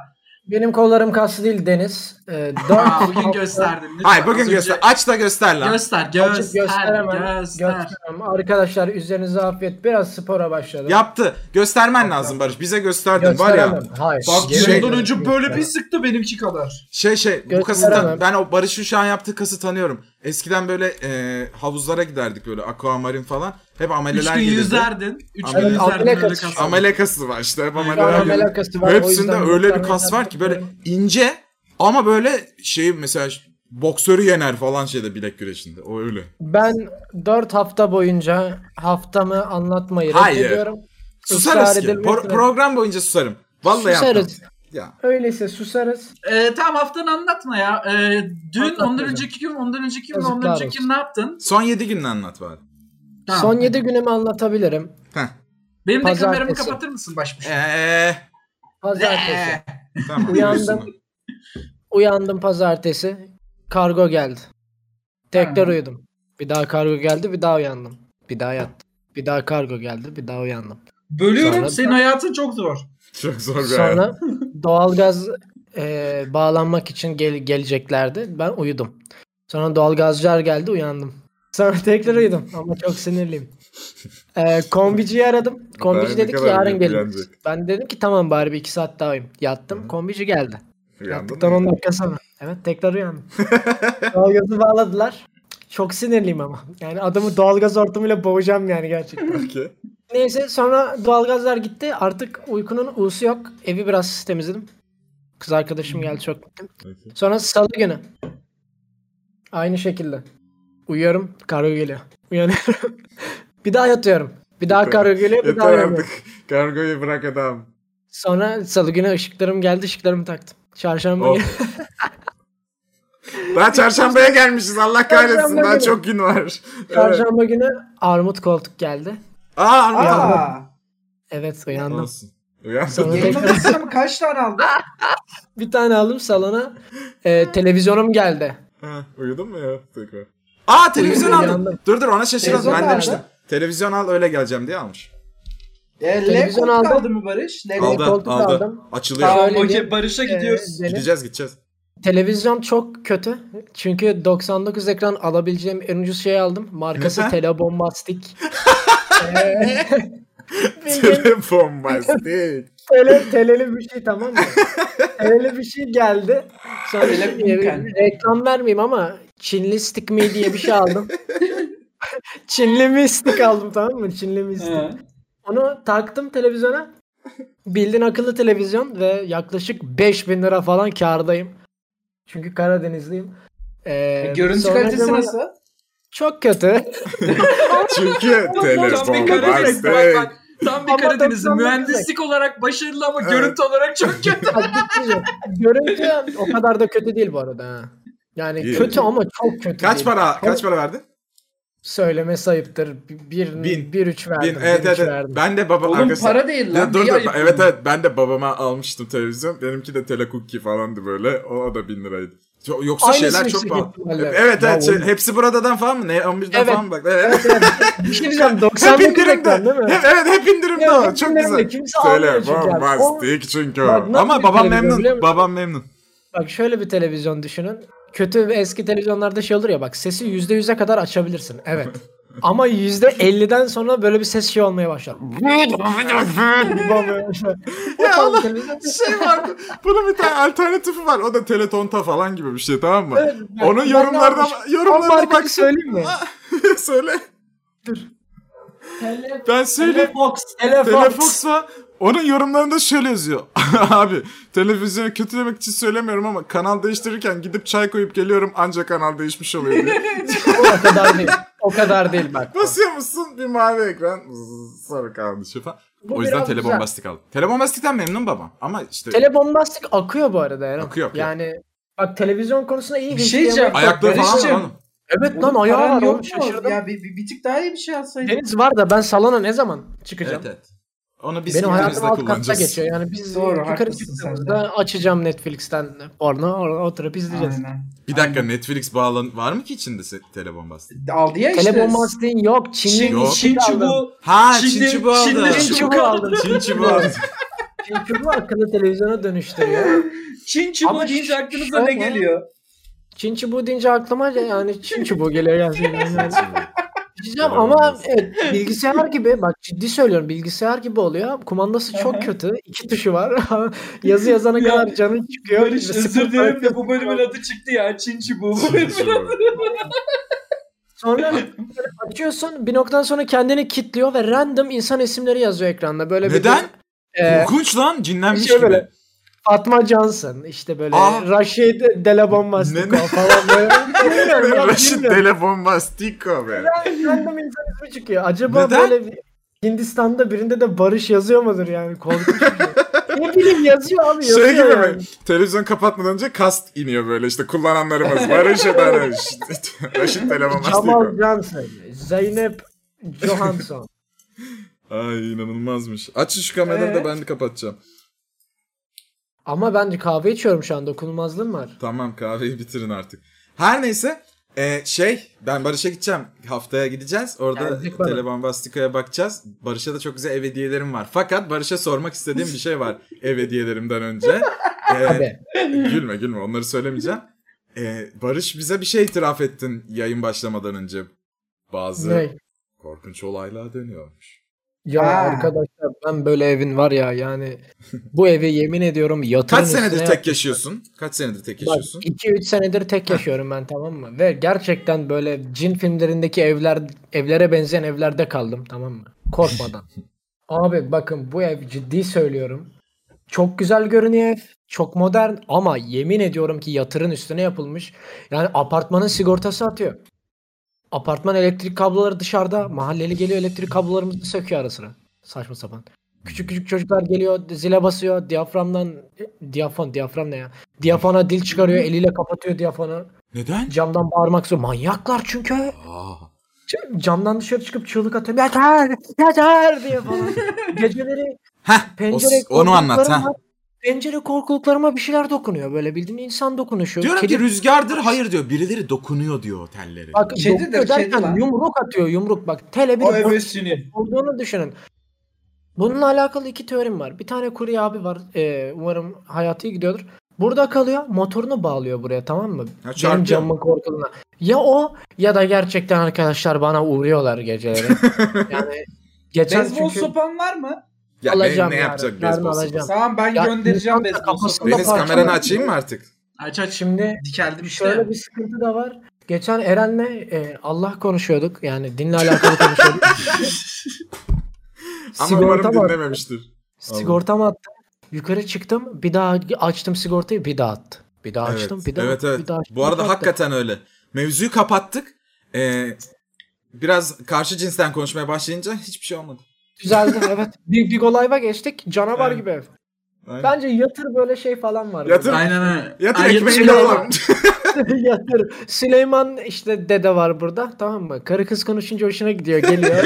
Speaker 2: Benim kollarım kaslı değil Deniz. Ee, dört
Speaker 5: Aa, bugün
Speaker 2: hafta-
Speaker 5: gösterdin. lütfen.
Speaker 4: Hayır bugün
Speaker 5: Az önce-
Speaker 4: göster. Aç da göster lan.
Speaker 5: şey? Göster,
Speaker 2: Açıp
Speaker 5: göster,
Speaker 2: gösteremem.
Speaker 5: göster.
Speaker 2: Gösteremem. Arkadaşlar üzerinize afiyet. Biraz spora başladım.
Speaker 4: Yaptı. Göstermen lazım Barış. Bize gösterdin var ya.
Speaker 2: Gösteremem. Hayır.
Speaker 5: Bak
Speaker 4: Yemin
Speaker 5: şey,
Speaker 4: ederim.
Speaker 5: ondan önce böyle bir
Speaker 2: Gösteremem.
Speaker 5: sıktı benimki kadar.
Speaker 4: Şey şey bu kası
Speaker 2: Gösteremem.
Speaker 4: tan- ben o Barış'ın şu an yaptığı kası tanıyorum. Eskiden böyle e, havuzlara giderdik böyle aquamarin falan. Hep
Speaker 5: Üç
Speaker 4: ameleler
Speaker 5: gün
Speaker 4: gelirdi.
Speaker 5: yüzerdin. Üç gün
Speaker 4: Amele-
Speaker 5: yüzerdin
Speaker 2: Amele
Speaker 5: öyle
Speaker 2: kaçış.
Speaker 5: kaslı.
Speaker 4: Amele kası var işte hep
Speaker 5: Aynen.
Speaker 4: ameleler
Speaker 5: Amele
Speaker 4: gelirdi.
Speaker 2: alakası var. O
Speaker 4: Hepsinde
Speaker 2: yüzden
Speaker 4: öyle bir
Speaker 2: muhtemelen
Speaker 4: kas var ki böyle
Speaker 2: bilmiyorum.
Speaker 4: ince ama böyle şey mesela boksörü yener falan şeyde bilek güreşinde. O öyle.
Speaker 2: Ben 4 hafta boyunca haftamı anlatmayı
Speaker 4: Hayır.
Speaker 2: reddediyorum.
Speaker 4: Susarız
Speaker 2: Israr
Speaker 4: ki.
Speaker 2: edilmekle-
Speaker 4: Pro- program boyunca susarım. Vallahi
Speaker 2: susarız.
Speaker 4: susarız. Ya.
Speaker 2: Öyleyse susarız.
Speaker 5: Ee, tamam haftanı anlatma ya. Ee, dün,
Speaker 2: Anlatmayacağım.
Speaker 5: ondan önceki gün, ondan önceki gün, ondan
Speaker 2: Yazıklar
Speaker 5: önceki gün
Speaker 2: olsun.
Speaker 5: ne yaptın?
Speaker 4: Son 7 gününü
Speaker 2: *laughs*
Speaker 4: anlat bari.
Speaker 5: Tamam.
Speaker 2: Son 7 günümü anlatabilirim.
Speaker 4: Heh.
Speaker 5: Benim de kameramı
Speaker 2: Pazartesi.
Speaker 5: kapatır mısın başmış?
Speaker 4: Ee,
Speaker 2: Pazartesi.
Speaker 4: tamam.
Speaker 2: Uyandım.
Speaker 4: diyorsun.
Speaker 2: Uyandım pazartesi. Kargo geldi. Tekrar
Speaker 5: Ha.
Speaker 2: uyudum. Bir daha kargo geldi, bir daha uyandım. Bir daha yattım. Bir daha kargo geldi, bir daha uyandım.
Speaker 5: Bölüyorum.
Speaker 2: Sonra-
Speaker 5: Senin hayatın çok zor.
Speaker 4: Çok zor bir hayat.
Speaker 2: Sonra doğalgaz e, bağlanmak için gel- geleceklerdi. Ben uyudum. Sonra doğalgazcılar geldi uyandım. Sonra *laughs* tekrar uyudum ama çok sinirliyim. E, kombiciyi aradım.
Speaker 4: Ben
Speaker 2: Kombici
Speaker 4: ne
Speaker 2: dedi ki
Speaker 4: kadar
Speaker 2: yarın gelin.
Speaker 4: yetkilenecek.
Speaker 2: Ben dedim ki tamam bari bir iki saat daha uyuyayım. Yattım.
Speaker 4: Hı.
Speaker 2: Kombici geldi.
Speaker 4: Uyandın
Speaker 2: Yattıktan
Speaker 4: mı?
Speaker 2: 10 dakika sonra. Evet tekrar
Speaker 4: *laughs*
Speaker 2: uyandım. Doğalgazı bağladılar. Çok sinirliyim ama. Yani adamı doğalgaz ortamıyla boğacağım yani gerçekten.
Speaker 4: Peki.
Speaker 2: Neyse sonra doğalgazlar gitti. Artık uykunun uğusu yok. Evi biraz temizledim. Kız arkadaşım geldi çok mutluyum.
Speaker 4: Peki.
Speaker 2: Sonra salı günü. Aynı şekilde. Uyuyorum. Kargo geliyor. Uyanıyorum. *laughs* bir daha yatıyorum. Bir daha kargo geliyor. Bir daha
Speaker 4: Yeter
Speaker 2: uyanıyorum.
Speaker 4: artık. *laughs* Kargoyu bırak adam.
Speaker 2: Sonra salı günü ışıklarım geldi. ışıklarımı taktım. Çarşamba
Speaker 4: Of.
Speaker 2: günü.
Speaker 4: Daha çarşambaya gelmişiz Allah kahretsin.
Speaker 2: Çarşamba
Speaker 4: Daha
Speaker 2: günü.
Speaker 4: çok gün var. Evet.
Speaker 2: Çarşamba günü armut koltuk geldi.
Speaker 4: Aa, uyandım.
Speaker 2: Evet uyandım.
Speaker 4: Olsun. Uyandım.
Speaker 2: Sonra
Speaker 5: Yayın
Speaker 2: tekrar
Speaker 5: odasına kaç tane aldın?
Speaker 2: bir tane aldım salona. Ee, televizyonum geldi.
Speaker 4: *laughs* Ha, Uyudun mu ya tekrar? Aa televizyon
Speaker 2: Uyudum,
Speaker 4: aldım.
Speaker 2: uyandım.
Speaker 4: Dur dur ona şaşırdım.
Speaker 5: Televizyon
Speaker 4: Ben
Speaker 5: nerede?
Speaker 4: demiştim. Televizyon al öyle geleceğim diye almış.
Speaker 5: E,
Speaker 2: Televizyon
Speaker 5: Lekop
Speaker 2: aldım.
Speaker 5: kaldı mı Barış? Lekop.
Speaker 2: Aldı. koltuk aldım.
Speaker 4: Açılıyor.
Speaker 5: Tamam
Speaker 2: Şöyle
Speaker 5: okey
Speaker 2: bir-
Speaker 5: Barış'a gidiyoruz.
Speaker 2: Ee, benim- *laughs*
Speaker 4: Gideceğiz gideceğiz.
Speaker 2: Televizyon çok kötü. Çünkü 99 ekran alabileceğim en ucuz şeyi aldım. Markası
Speaker 4: Neden?
Speaker 2: Telebombastik. Ee, bildiğin
Speaker 4: Telefon
Speaker 2: *laughs*
Speaker 4: bastık.
Speaker 2: tele, teleli bir şey tamam *laughs* mı? teleli bir şey geldi. Sonra
Speaker 5: Tele
Speaker 2: e,
Speaker 5: Pinkan.
Speaker 2: reklam vermeyeyim ama Çinli stick mi diye bir şey *laughs* aldım. Çinli mi stick aldım tamam mı? Çinli mi stick.
Speaker 5: Ee,
Speaker 2: Onu taktım televizyona. Bildiğin akıllı televizyon ve yaklaşık 5000 lira falan kardayım. Çünkü Karadenizliyim. Ee,
Speaker 5: E, Görüntü
Speaker 2: sonra
Speaker 5: kalitesi
Speaker 2: zaman- *laughs*
Speaker 5: nasıl?
Speaker 2: Çok kötü.
Speaker 4: Çünkü
Speaker 5: Tam bir
Speaker 4: telefon
Speaker 5: Karadeniz. Bak,
Speaker 4: bastık.
Speaker 5: bak. Tam bir
Speaker 2: Ama
Speaker 5: Karadeniz'in
Speaker 2: doksan
Speaker 5: mühendislik olarak başarılı ama
Speaker 4: Evet.
Speaker 5: görüntü olarak çok kötü.
Speaker 2: Bak, gitmeyeceğim. Görüntü o kadar da kötü değil bu arada. ha. Yani
Speaker 4: İyi.
Speaker 2: kötü ama çok kötü
Speaker 4: Kaç
Speaker 2: değil.
Speaker 4: para kaç para verdi?
Speaker 2: Söyleme sayıptır. Bir,
Speaker 4: Bin.
Speaker 2: bir, bir üç verdim.
Speaker 4: Bin. Evet
Speaker 2: bir
Speaker 4: evet.
Speaker 2: üç
Speaker 4: evet.
Speaker 2: verdim.
Speaker 4: Ben de babam
Speaker 5: Oğlum
Speaker 4: arkadaşlar.
Speaker 5: para değil
Speaker 4: Ya
Speaker 5: lan.
Speaker 4: dur
Speaker 5: niye
Speaker 4: dur.
Speaker 5: ayıp
Speaker 4: Evet
Speaker 5: bu?
Speaker 4: evet ben de babama almıştım televizyon. Benimki de Telekukki falandı böyle. O da 1000 liraydı. Yo- Yoksa
Speaker 2: Aynısı
Speaker 4: şeyler
Speaker 2: yüksek
Speaker 4: çok pahalı.
Speaker 2: ihtimalle.
Speaker 4: Evet
Speaker 2: Ya
Speaker 4: evet. şey-
Speaker 2: oğlum.
Speaker 4: hepsi buradadan falan mı? Ne 11'den
Speaker 2: Evet.
Speaker 4: falan mı? Bak. Evet.
Speaker 2: Evet, evet. Bir şey diyeceğim.
Speaker 4: Hep
Speaker 2: 99
Speaker 4: indirimde.
Speaker 2: ekran değil mi?
Speaker 4: Hep, *laughs* evet hep indirimde
Speaker 2: Ya,
Speaker 4: o.
Speaker 2: hep
Speaker 4: Çok
Speaker 2: indirimde.
Speaker 4: güzel.
Speaker 2: Kimse almıyor çünkü yani.
Speaker 4: bastık çünkü.
Speaker 2: Bak, nasıl
Speaker 4: Ama
Speaker 2: bir
Speaker 4: babam
Speaker 2: televizyon biliyor
Speaker 4: memnun.
Speaker 2: musun?
Speaker 4: Babam memnun.
Speaker 2: Bak şöyle bir
Speaker 4: *laughs*
Speaker 2: televizyon düşünün. Kötü ve eski televizyonlarda şey olur ya bak sesi %100'e kadar açabilirsin. Evet. Ama yüzde %50'den sonra böyle bir ses şey olmaya başlar. Olmaya başlar.
Speaker 4: Ya Allah, şey var. Bunun bir tane alternatifi var. O da Teletonta falan gibi bir şey tamam mı? Onun
Speaker 2: Ben ne
Speaker 4: yorumlarına
Speaker 2: yapmış? Tam
Speaker 4: yorumlarına
Speaker 2: markayı
Speaker 4: bak.
Speaker 2: söyleyeyim mi?
Speaker 4: söyle. Ben söyleyeyim.
Speaker 5: Telefox. Telefox.
Speaker 4: Telefox'a onun yorumlarında şöyle yazıyor. *laughs* Abi televizyonu kötülemek için söylemiyorum ama kanal değiştirirken gidip çay koyup geliyorum ancak kanal değişmiş oluyor diye.
Speaker 2: *laughs* O kadar değil. O kadar değil bak.
Speaker 4: Basıyor musun bir mavi ekran zzz, sarı kaldı şu falan.
Speaker 2: Bu
Speaker 4: o yüzden
Speaker 2: biraz güzel.
Speaker 4: Telebombastik aldım. Telebombastik'ten memnun babam ama işte
Speaker 2: Telebombastik akıyor bu arada Eren.
Speaker 4: Akıyor, akıyor.
Speaker 2: Yani bak televizyon konusunda iyi
Speaker 5: Bir
Speaker 2: bir
Speaker 5: şey
Speaker 2: şey
Speaker 5: diyeceğim.
Speaker 4: ayakları falan var
Speaker 5: Barış'cığım.
Speaker 4: oğlum.
Speaker 2: Evet lan ayağı var oğlum, şaşırdım.
Speaker 5: Ya bir, bir, bir tık daha iyi bir şey alsaydın.
Speaker 2: Deniz var da ben salona ne zaman çıkacağım?
Speaker 4: Evet evet. Onu biz
Speaker 2: Benim hayatım
Speaker 4: ikimiz de
Speaker 2: alt katta
Speaker 4: kullanacağız.
Speaker 2: geçiyor. Yani biz
Speaker 5: Doğru,
Speaker 2: yukarı
Speaker 5: haklısın
Speaker 2: çıktığımızda açacağım Netflix'ten porno orada oturup izleyeceğiz.
Speaker 5: Aynen.
Speaker 4: Bir dakika Netflix bağlan var mı ki içinde se- Telebombastik?
Speaker 5: Aldı ya işte.
Speaker 2: Telebombastik'in yok. Çinli
Speaker 5: Çin,
Speaker 4: Yok.
Speaker 5: Çin çubuğu.
Speaker 4: Ha
Speaker 5: Çinli-
Speaker 4: Çin çubuğu aldı.
Speaker 5: Çinli
Speaker 2: Çin
Speaker 5: çubuğu.
Speaker 2: çubuğu aldım.
Speaker 4: Çin
Speaker 2: *laughs*
Speaker 4: çubuğu aldı.
Speaker 2: Çin çubuğu akıllı televizyona dönüştürüyor.
Speaker 5: Çin çubuğu
Speaker 2: Ama
Speaker 5: deyince
Speaker 2: şu-
Speaker 5: aklınıza ne
Speaker 2: şöyle-
Speaker 5: geliyor?
Speaker 2: Çin çubuğu deyince aklıma yani Çin çubuğu geliyor gerçekten.
Speaker 5: *laughs*
Speaker 2: Yani. Diyeceğim ama
Speaker 4: Telebombastik.
Speaker 2: evet, bilgisayar gibi bak ciddi söylüyorum bilgisayar gibi oluyor. Kumandası
Speaker 5: Aha.
Speaker 2: çok kötü. İki tuşu var. *laughs* Yazı yazana
Speaker 5: Ya,
Speaker 2: kadar canın çıkıyor.
Speaker 5: Barış özür
Speaker 2: Sıfır
Speaker 5: dilerim de
Speaker 2: fark
Speaker 5: bu
Speaker 2: yok.
Speaker 5: *laughs* bölümün adı çıktı ya. Çin çubuğu.
Speaker 4: Çin çubuğu.
Speaker 2: Sonra böyle açıyorsun bir noktadan sonra kendini kitliyor ve random insan isimleri yazıyor ekranda. Böyle
Speaker 4: Neden?
Speaker 2: Bir, e,
Speaker 4: Korkunç lan cinlenmiş
Speaker 2: şey
Speaker 4: gibi.
Speaker 2: böyle, Fatma Johnson işte böyle
Speaker 4: Aa.
Speaker 2: Raşid Delebombastiko
Speaker 4: Ne-
Speaker 2: falan böyle. Bilmiyorum ya,
Speaker 4: Raşit
Speaker 2: bilmiyorum.
Speaker 4: Telebombastiko be.
Speaker 2: Random insan ismi çıkıyor. Acaba
Speaker 4: Neden?
Speaker 2: böyle bir- Hindistan'da birinde de Barış yazıyor mudur yani korkunç. bir şey.
Speaker 4: *laughs*
Speaker 2: ne bileyim yazıyor abi yazıyor
Speaker 4: Şey gibi
Speaker 2: yani.
Speaker 4: mi? Televizyon kapatmadan önce kast iniyor böyle işte kullananlarımız. Barış *laughs* Eder Raşit. Raşit
Speaker 2: Jamal
Speaker 4: Telebombastiko.
Speaker 2: Johnson, Zeynep Johansson.
Speaker 4: Ay inanılmazmış. Aç şu kameraları da
Speaker 5: Ee?
Speaker 4: ben kapatacağım.
Speaker 2: Ama ben de kahve içiyorum şu an dokunulmazlığım var.
Speaker 4: Tamam kahveyi bitirin artık. Her neyse e, şey ben Barış'a gideceğim. Haftaya gideceğiz. Orada
Speaker 2: Gelecek bana.
Speaker 4: Telebombastiko'ya bakacağız. Barış'a da çok güzel ev hediyelerim var. Fakat Barış'a sormak istediğim bir şey var ev hediyelerimden önce. E,
Speaker 2: *laughs* Tabii.
Speaker 4: gülme gülme onları söylemeyeceğim. E, Barış bize bir şey itiraf ettin yayın başlamadan önce. Bazı
Speaker 2: Ne?
Speaker 4: korkunç olaylar dönüyormuş.
Speaker 2: Ya
Speaker 5: Ha.
Speaker 2: arkadaşlar ben böyle evin var ya yani bu evi yemin ediyorum yatırın
Speaker 4: Kaç senedir
Speaker 2: üstüne
Speaker 4: tek yaşıyorsun? Kaç senedir tek
Speaker 2: Bak
Speaker 4: yaşıyorsun?
Speaker 2: 2-3 senedir tek yaşıyorum ben tamam mı? Ve gerçekten böyle cin filmlerindeki evler evlere benzeyen evlerde kaldım tamam mı?
Speaker 4: *laughs*
Speaker 2: Korkmadan. Abi bakın bu ev ciddi söylüyorum. Çok güzel görünüyor ev. Çok modern ama yemin ediyorum ki yatırın üstüne yapılmış. Yani apartmanın sigortası atıyor. Apartman elektrik kabloları dışarıda. Mahalleli geliyor elektrik kablolarımızı söküyor ara sıra. Saçma sapan. Küçük küçük çocuklar geliyor zile basıyor diyaframdan e, diyafon diyafram ne ya? Diyafona dil çıkarıyor eliyle kapatıyor diyafonu.
Speaker 4: Neden?
Speaker 2: Camdan bağırmak zor. Manyaklar çünkü.
Speaker 4: Aa.
Speaker 2: Ç- Camdan dışarı çıkıp çığlık atıyor. Yeter! Yeter! diye
Speaker 4: *laughs*
Speaker 2: falan. Geceleri
Speaker 4: Heh,
Speaker 2: pencere
Speaker 4: o- onu anlat ha.
Speaker 2: korkuluklarıma- Pencere korkuluklarıma bir şeyler dokunuyor böyle bildiğin insan dokunuşu.
Speaker 4: Diyorum
Speaker 2: Kedi-
Speaker 4: ki rüzgardır hayır diyor. Birileri dokunuyor diyor telleri.
Speaker 2: Bak
Speaker 5: Kedidir,
Speaker 2: dokunuyor
Speaker 5: kedi
Speaker 2: derken
Speaker 5: lan.
Speaker 2: yumruk atıyor yumruk bak. Tele bir
Speaker 5: O evesinin.
Speaker 2: olduğunu düşünün. Bununla alakalı iki teorim var. Bir tane kurye abi var. Ee, umarım hayatı iyi gidiyordur. Burada kalıyor. Motorunu bağlıyor buraya tamam mı?
Speaker 4: Ha,
Speaker 2: Benim
Speaker 4: çarpıyor.
Speaker 2: camımın korkuluna. Ya o ya da gerçekten arkadaşlar bana uğruyorlar
Speaker 4: *laughs*
Speaker 2: geceleri. yani geçen
Speaker 5: Bezbol
Speaker 2: çünkü
Speaker 5: sopan var mı?
Speaker 4: ya benim
Speaker 2: alacağım
Speaker 4: ne
Speaker 2: yani.
Speaker 4: yapacak
Speaker 2: Yarın
Speaker 4: bezbol
Speaker 2: alacağım.
Speaker 4: sopası?
Speaker 5: Tamam ben
Speaker 2: Ya,
Speaker 5: göndereceğim
Speaker 2: insan da
Speaker 5: bezbol
Speaker 2: kafasında
Speaker 5: sopanı.
Speaker 4: Deniz
Speaker 2: parçalar-
Speaker 4: kameranı açayım mı artık?
Speaker 5: Aç aç.
Speaker 2: şimdi
Speaker 5: Dikeldim işte.
Speaker 2: şöyle bir sıkıntı da var. Geçen Eren'le e, Allah konuşuyorduk. Yani dinle alakalı konuşuyorduk.
Speaker 4: Ama
Speaker 2: Sigorta
Speaker 4: umarım
Speaker 2: var.
Speaker 4: dinlememiştir.
Speaker 2: Sigortam attı. Yukarı çıktım. Bir daha açtım sigortayı. Bir daha attı. Bir daha
Speaker 4: Evet.
Speaker 2: açtım. Bir daha
Speaker 4: evet
Speaker 2: attı,
Speaker 4: evet.
Speaker 2: Bir daha açtım,
Speaker 4: Bu
Speaker 2: bir
Speaker 4: arada
Speaker 2: daha attı.
Speaker 4: hakikaten öyle. Mevzuyu kapattık. Ee, biraz karşı cinsten konuşmaya başlayınca hiçbir şey olmadı.
Speaker 2: Güzeldi
Speaker 4: *laughs*
Speaker 2: evet. Big, Big Olayva geçtik. Canavar
Speaker 4: Evet.
Speaker 2: gibi ev.
Speaker 4: Aynen.
Speaker 2: Bence yatır böyle şey falan var.
Speaker 4: Yatır.
Speaker 5: Aynen öyle.
Speaker 4: Yatır
Speaker 5: Ay,
Speaker 2: şey
Speaker 4: ekmeğini
Speaker 5: yatır.
Speaker 4: alalım.
Speaker 2: *laughs* yatır. Süleyman işte dede var burada. Tamam mı? Karı kız konuşunca hoşuna gidiyor.
Speaker 4: *laughs*
Speaker 2: Geliyor.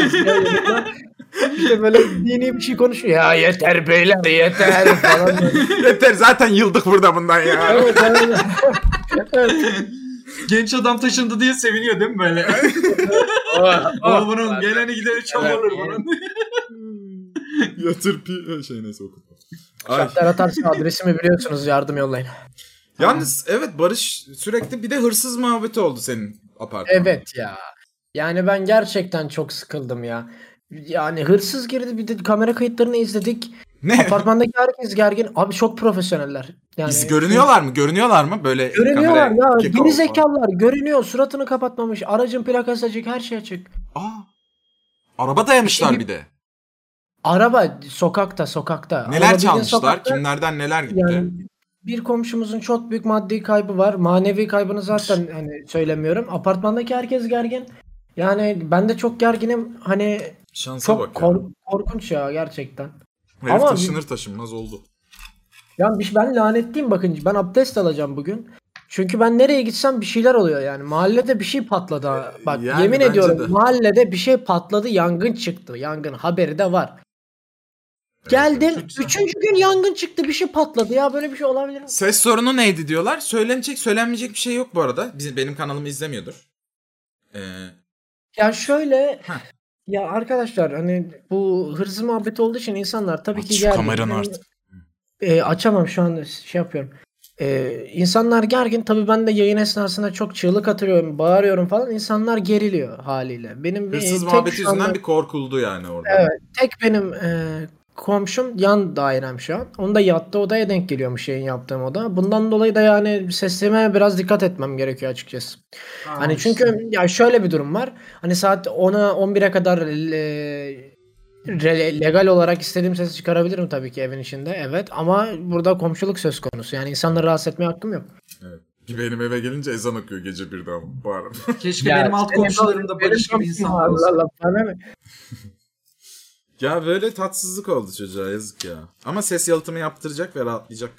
Speaker 2: işte böyle dini bir şey konuşuyor. Ya yeter beyler yeter
Speaker 4: *laughs*
Speaker 2: falan. böyle.
Speaker 4: Yeter zaten yıldık burada bundan ya.
Speaker 2: Evet, evet. Evet.
Speaker 5: Genç adam taşındı diye seviniyor değil
Speaker 2: *laughs*
Speaker 5: mi böyle? Ama bunun geleni gideni çok
Speaker 2: Evet.
Speaker 5: olur bunun.
Speaker 4: *laughs* Yatır pi şey neyse okutma. Ay.
Speaker 2: Şartlar atarsa adresimi biliyorsunuz yardım yollayın.
Speaker 4: Yalnız evet Barış sürekli bir de hırsız muhabbeti oldu senin apartmanda.
Speaker 2: Evet ya. Yani ben gerçekten çok sıkıldım ya. Yani hırsız girdi bir de kamera kayıtlarını izledik.
Speaker 4: Ne?
Speaker 2: Apartmandaki herkes gergin. Abi çok profesyoneller. Yani
Speaker 4: İz- görünüyorlar mı? Görünüyorlar mı? Böyle
Speaker 2: Görünüyorlar
Speaker 4: kameraya
Speaker 2: ya.
Speaker 4: keko-
Speaker 2: Geri zekalılar görünüyor. Suratını kapatmamış. Aracın plakası açık. Her şey açık.
Speaker 4: Aa. Araba dayamışlar
Speaker 2: Şey-
Speaker 4: bir de.
Speaker 2: Araba sokakta sokakta.
Speaker 4: Neler
Speaker 2: Araba bir de
Speaker 4: çalmışlar?
Speaker 2: sokakta.
Speaker 4: Kimlerden neler gitti?
Speaker 2: Yani bir komşumuzun çok büyük maddi kaybı var. Manevi kaybını zaten hani söylemiyorum. Apartmandaki herkes gergin. Yani ben de çok gerginim. Hani
Speaker 4: Şansa
Speaker 2: çok
Speaker 4: bak ya.
Speaker 2: kor- korkunç ya gerçekten.
Speaker 4: Herif
Speaker 2: Ama-
Speaker 4: taşınır taşınmaz oldu.
Speaker 2: Ya bir- şey, ben lanetliyim bakın. Ben abdest alacağım bugün. Çünkü ben nereye gitsem bir şeyler oluyor yani. Mahallede bir şey patladı. ha. Bak
Speaker 4: yani
Speaker 2: yemin
Speaker 4: bence
Speaker 2: ediyorum
Speaker 4: de.
Speaker 2: mahallede bir şey patladı. Yangın çıktı. Yangın haberi de var. Geldim.
Speaker 5: kötü.
Speaker 2: üçüncü gün yangın çıktı. Bir şey patladı. Ya böyle bir şey olabilir mi?
Speaker 4: Ses sorunu neydi diyorlar. Söylenecek söylenmeyecek bir şey yok bu arada. Bizim, benim kanalımı izlemiyordur. Ee,
Speaker 2: Ya şöyle
Speaker 4: Heh.
Speaker 2: ya arkadaşlar hani bu hırsız muhabbeti olduğu için insanlar tabii
Speaker 4: Aç
Speaker 2: ki
Speaker 4: şu
Speaker 2: gergin.
Speaker 4: kameranı
Speaker 2: Ben,
Speaker 4: artık.
Speaker 2: e, açamam şu an şey yapıyorum. E, insanlar gergin tabii ben de yayın esnasında çok çığlık atıyorum, bağırıyorum falan. İnsanlar geriliyor haliyle. Benim bir-
Speaker 4: hırsız
Speaker 2: tek
Speaker 4: muhabbeti
Speaker 2: şu anda-
Speaker 4: yüzünden bir korkuldu yani orada.
Speaker 2: Evet. tek benim e, komşum yan dairem şu an. Onun da yattığı odaya denk geliyormuş yayın yaptığım oda. Bundan dolayı da yani sesime biraz dikkat etmem gerekiyor açıkçası.
Speaker 5: Ha,
Speaker 2: Hani
Speaker 5: işte.
Speaker 2: çünkü ya şöyle bir durum var. Hani saat 10'a 11'e kadar le- re- legal olarak istediğim sesi çıkarabilirim tabii ki evin içinde. Evet ama burada komşuluk söz konusu. Yani insanları rahatsız etmeye hakkım yok.
Speaker 4: Benim eve gelince ezan okuyor gece birden bağırıp.
Speaker 5: Keşke benim alt komşularım da barış
Speaker 4: şey
Speaker 5: gibi insanlar
Speaker 2: Allah
Speaker 5: olsa.
Speaker 2: Allah, bana ne?
Speaker 4: *laughs* ya böyle tatsızlık oldu çocuğa yazık ya. Ama ses yalıtımı yaptıracak ve rahatlayacak.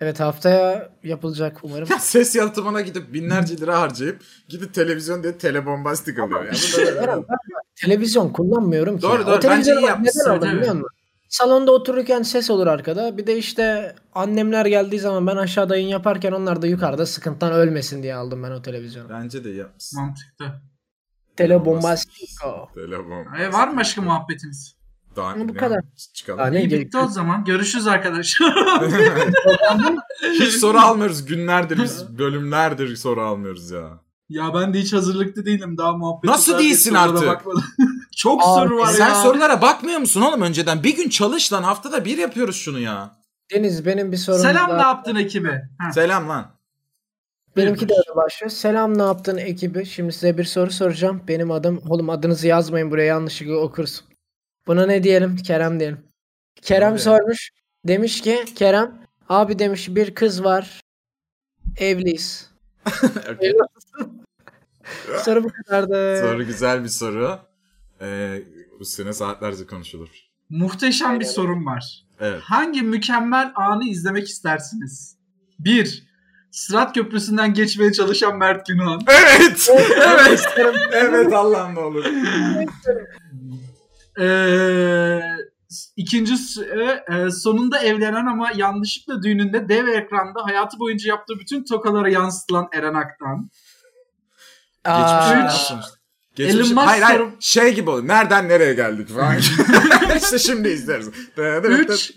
Speaker 2: Evet haftaya yapılacak umarım.
Speaker 4: *laughs* Ya ses yalıtımına gidip binlerce lira harcayıp gidip televizyon diye telebombastik alıyor. Yani. Bu da böyle-
Speaker 2: Eren, ben televizyon kullanmıyorum ki.
Speaker 4: Doğru,
Speaker 2: ya.
Speaker 4: doğru.
Speaker 2: O televizyonu
Speaker 4: Bence iyi
Speaker 2: bak
Speaker 4: yapmışsın,
Speaker 2: neden aldım
Speaker 5: değil mi?
Speaker 2: biliyor musun? Salonda otururken ses olur arkada. Bir de işte annemler geldiği zaman ben aşağıda yayın yaparken onlar da yukarıda sıkıntıdan ölmesin diye aldım ben o televizyonu.
Speaker 4: Bence de iyi yapmışsın.
Speaker 5: Mantıklı.
Speaker 2: Telebombastico.
Speaker 4: *laughs* Telebombastik.
Speaker 5: E, var mı başka muhabbetimiz?
Speaker 4: Daha,
Speaker 2: Bu
Speaker 4: ne-
Speaker 2: kadar.
Speaker 4: Çıkalım.
Speaker 2: Daha ne
Speaker 5: İyi
Speaker 2: gerek
Speaker 5: bitti o zaman. Görüşürüz arkadaşlar.
Speaker 4: hiç soru almıyoruz. Günlerdir
Speaker 5: *laughs*
Speaker 4: biz bölümlerdir soru almıyoruz ya.
Speaker 5: *laughs* ya ben de hiç hazırlıklı değilim. Daha muhabbet.
Speaker 4: Nasıl değilsin artık?
Speaker 5: *laughs* Çok
Speaker 2: Aa,
Speaker 5: soru var
Speaker 4: Sen
Speaker 5: ya.
Speaker 4: sorulara bakmıyor musun oğlum önceden? Bir gün çalış lan haftada bir yapıyoruz şunu ya.
Speaker 2: Deniz benim bir sorum
Speaker 5: Selam ne
Speaker 2: daha.
Speaker 5: yaptın ekibe? Ha.
Speaker 4: Selam lan.
Speaker 2: Benimki de öyle başlıyor. Selam ne yaptın ekibi? Şimdi size bir soru soracağım. Benim adım oğlum adınızı yazmayın buraya yanlışlıkla okursun. Buna ne diyelim? Kerem diyelim. Kerem
Speaker 4: Abi.
Speaker 2: sormuş. Demiş ki Kerem abi demiş bir kız var.
Speaker 4: *laughs*
Speaker 2: Evliyiz. soru bu kadardı.
Speaker 4: soru güzel bir soru. Ee, üstüne saatlerce konuşulur.
Speaker 5: Muhteşem bir sorum var.
Speaker 4: Evet.
Speaker 5: Hangi mükemmel anı izlemek istersiniz? 1. Sırat Köprüsü'nden geçmeye çalışan Mert Günhan.
Speaker 4: Evet. evet. *laughs* evet Allah'ım ne olur.
Speaker 5: Ee, ikinci sonunda evlenen ama yanlışlıkla düğününde dev ekranda hayatı boyunca yaptığı bütün tokalara yansıtılan Eren Ak'tan.
Speaker 2: Aa,
Speaker 5: Geçmiş
Speaker 4: Geçmiş
Speaker 5: olsun.
Speaker 4: olsun. Geçmiş.
Speaker 5: Elon Musk
Speaker 4: hayır hayır
Speaker 5: soru-
Speaker 4: şey gibi oluyor. Nereden nereye geldik falan. *laughs* işte şimdi izleriz.
Speaker 5: 3.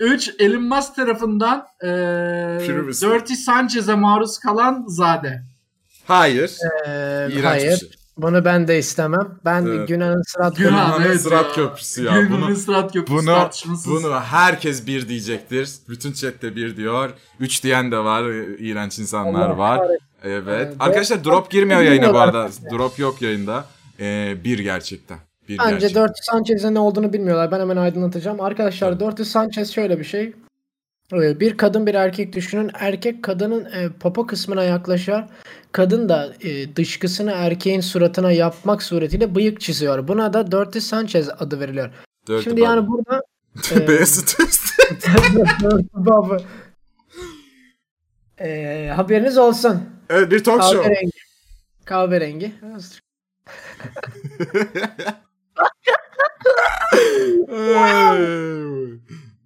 Speaker 5: 3. Elon Musk tarafından ee,
Speaker 4: Privacy.
Speaker 5: Dirty Sanchez'e maruz kalan Zade.
Speaker 4: Hayır.
Speaker 2: eee,
Speaker 4: İğrenç
Speaker 2: hayır.
Speaker 4: bir şey.
Speaker 2: Bunu ben de istemem. Ben
Speaker 4: Evet.
Speaker 2: Günan'ın sırat
Speaker 5: Günah,
Speaker 4: Yunan'ın
Speaker 5: evet
Speaker 4: Sırat
Speaker 5: ya.
Speaker 4: hani Köprüsü ya.
Speaker 5: Günhan'ın
Speaker 4: Bunu-
Speaker 5: Sırat Köprüsü
Speaker 4: Bunu
Speaker 5: tartışmasız.
Speaker 4: bunu herkes bir diyecektir. Bütün chatte bir diyor. Üç diyen de var. İğrenç insanlar
Speaker 2: Allah
Speaker 4: var.
Speaker 2: kahretsin.
Speaker 4: Evet.
Speaker 2: Ee,
Speaker 4: Arkadaşlar drop girmiyor yayına bu
Speaker 2: bilmiyorlar.
Speaker 4: arada. Drop yok yayında. Ee, bir gerçekten. Bir
Speaker 2: Bence
Speaker 4: gerçekten.
Speaker 2: 400 Sanchez'in ne olduğunu bilmiyorlar. Ben hemen aydınlatacağım. Arkadaşlar 400 Sanchez şöyle bir şey. Ee, Bir kadın bir erkek düşünün. Erkek kadının e, popo kısmına yaklaşıyor. Kadın da e, dışkısını erkeğin suratına yapmak suretiyle bıyık çiziyor. Buna da 400 Sanchez adı veriliyor.
Speaker 4: Dirty
Speaker 2: Şimdi
Speaker 4: Bobby.
Speaker 2: yani
Speaker 4: *laughs*
Speaker 2: burada e,
Speaker 4: Beyazı test.
Speaker 2: Dirty Bobby. Ee, haberiniz olsun.
Speaker 4: Evet bir talk show.
Speaker 2: Kahverengi.
Speaker 4: *laughs*
Speaker 2: Kahverengi.
Speaker 4: Ee,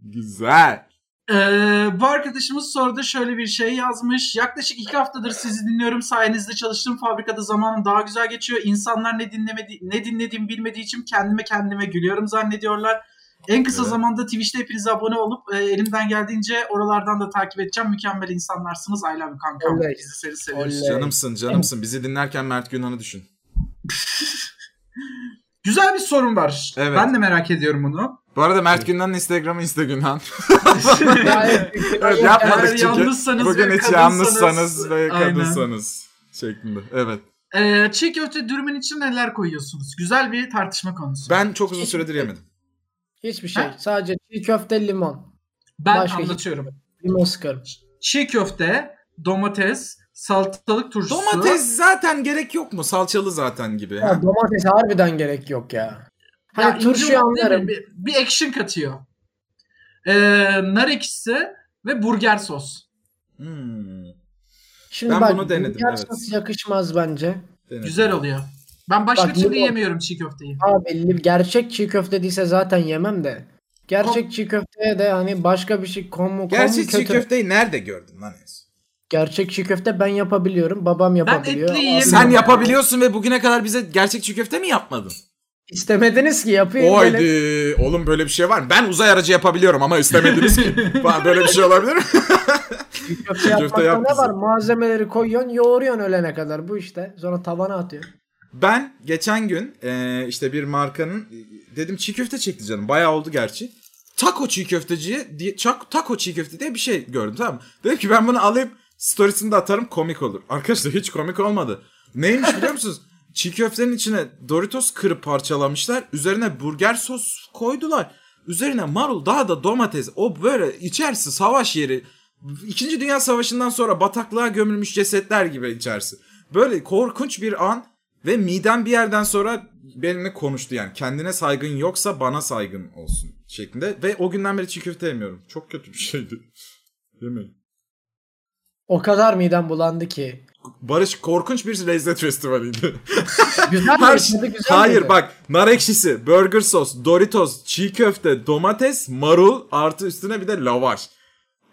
Speaker 4: Güzel.
Speaker 5: Ee, bu arkadaşımız soruda şöyle bir şey yazmış. Yaklaşık iki haftadır sizi dinliyorum. Sayenizde çalıştığım fabrikada zamanım daha güzel geçiyor. İnsanlar ne dinlemedi, ne dinlediğimi bilmediği için kendime kendime gülüyorum zannediyorlar. En kısa
Speaker 4: Evet.
Speaker 5: zamanda Twitch'te hepinize abone olup e, elimden geldiğince oralardan da takip edeceğim. Mükemmel insanlarsınız. I love you kankam.
Speaker 2: Oley.
Speaker 5: Bizi seni seviyoruz.
Speaker 2: Oley.
Speaker 4: Canımsın canımsın. Bizi dinlerken Mert Günan'ı düşün.
Speaker 5: Güzel bir sorun var.
Speaker 4: Evet.
Speaker 5: Ben de merak ediyorum bunu.
Speaker 4: *laughs* Bu arada Mert Gündan'ın Instagram'ı
Speaker 5: *laughs*
Speaker 4: Instagram'dan.
Speaker 2: Gayet şey.
Speaker 4: Evet, yapmadık
Speaker 5: Eğer
Speaker 4: çünkü.
Speaker 5: yalnızsanız
Speaker 4: Bugün
Speaker 5: ve
Speaker 4: hiç
Speaker 5: kadınsanız-
Speaker 4: yalnızsanız ve
Speaker 5: Aynen.
Speaker 4: kadınsanız şeklinde. Evet.
Speaker 5: Ee, çiğ köfte dürümün için neler koyuyorsunuz? Güzel bir tartışma konusu.
Speaker 4: Ben çok uzun süredir yemedim.
Speaker 2: Hiçbir şey.
Speaker 5: Ha?
Speaker 2: Sadece çiğ köfte limon.
Speaker 5: Ben
Speaker 2: Başka hiç-
Speaker 5: anlatıyorum.
Speaker 2: Limon sıkarım.
Speaker 5: Çiğ köfte, domates, salatalık turşusu.
Speaker 4: Domates zaten gerek yok mu? Salçalı zaten gibi. ha?
Speaker 2: Ya domates harbiden gerek yok ya.
Speaker 5: Ya
Speaker 2: Hani turşuyu
Speaker 5: ince olan değil mi?
Speaker 2: anlarım.
Speaker 5: Bir, bir action katıyor. Ee, nar ekşisi ve burger sos.
Speaker 4: Hmm,
Speaker 2: Şimdi
Speaker 4: Ben
Speaker 2: bak,
Speaker 4: bunu denedim,
Speaker 2: burger
Speaker 4: evet.
Speaker 2: sosu yakışmaz bence.
Speaker 4: denedim.
Speaker 5: Güzel oluyor. Ben başka
Speaker 2: Bak,
Speaker 5: türlü
Speaker 2: limon.
Speaker 5: yemiyorum çiğ köfteyi.
Speaker 2: Abi li- gerçek çiğ köfte değilse zaten yemem de. Gerçek çiğ köfteye de hani başka bir şey kon mu kon mu
Speaker 4: Gerçi çiğ
Speaker 2: kötü.
Speaker 4: köfteyi nerede gördün lan en son?
Speaker 2: Gerçek çiğ köfte ben yapabiliyorum. Babam yapabiliyor.
Speaker 5: etli
Speaker 2: abim
Speaker 5: yiyemiyorum.
Speaker 4: Sen
Speaker 5: Bilmiyorum.
Speaker 4: yapabiliyorsun ve bugüne kadar bize gerçek çiğ köfte mi yapmadın?
Speaker 2: İstemediniz ki yapayım. böyle.
Speaker 4: Oydi. Oğlum böyle bir şey var mı? Ben uzay aracı yapabiliyorum ama
Speaker 2: *laughs*
Speaker 4: istemediniz ki. Falan böyle bir şey olabilir mi?
Speaker 2: Çiğ köfte
Speaker 4: Çiğ
Speaker 2: yapmakta
Speaker 4: köfte yap
Speaker 2: ne
Speaker 4: bize.
Speaker 2: var? Malzemeleri koyuyorsun, yoğuruyorsun ölene kadar bu işte. Sonra tavana atıyorsun.
Speaker 4: Ben geçen gün e, işte bir markanın e, dedim çiğ köfte çekti canım. Bayağı oldu gerçi. Taco çiğ köfteciye diye çak, taco çiğ köfte diye bir şey gördüm tamam mı? Dedim ki ben bunu alayım storiesini de atarım komik olur. Arkadaşlar hiç komik olmadı. Neymiş biliyor musunuz? çiğ köftenin içine Doritos kırıp parçalamışlar. Üzerine burger sos koydular. Üzerine marul daha da domates. O böyle içerisi savaş yeri. İkinci Dünya Savaşı'ndan sonra bataklığa gömülmüş cesetler gibi içerisi. Böyle korkunç bir an ve midem bir yerden sonra benimle konuştu yani. Kendine saygın yoksa bana saygın olsun şeklinde. Ve o günden beri çiğ köfte yemiyorum. Çok kötü bir şeydi. *laughs* Değil mi?
Speaker 2: O kadar midem bulandı
Speaker 4: *laughs*
Speaker 2: ki.
Speaker 4: Barış korkunç bir
Speaker 2: *laughs*
Speaker 4: lezzet festivaliydi.
Speaker 2: Güzel
Speaker 4: Her
Speaker 2: mi?
Speaker 4: şey-
Speaker 2: Tadı güzel
Speaker 4: Hayır
Speaker 2: miydi?
Speaker 4: bak nar ekşisi, burger sos, doritos, çiğ köfte, domates, marul artı üstüne bir de lavaş.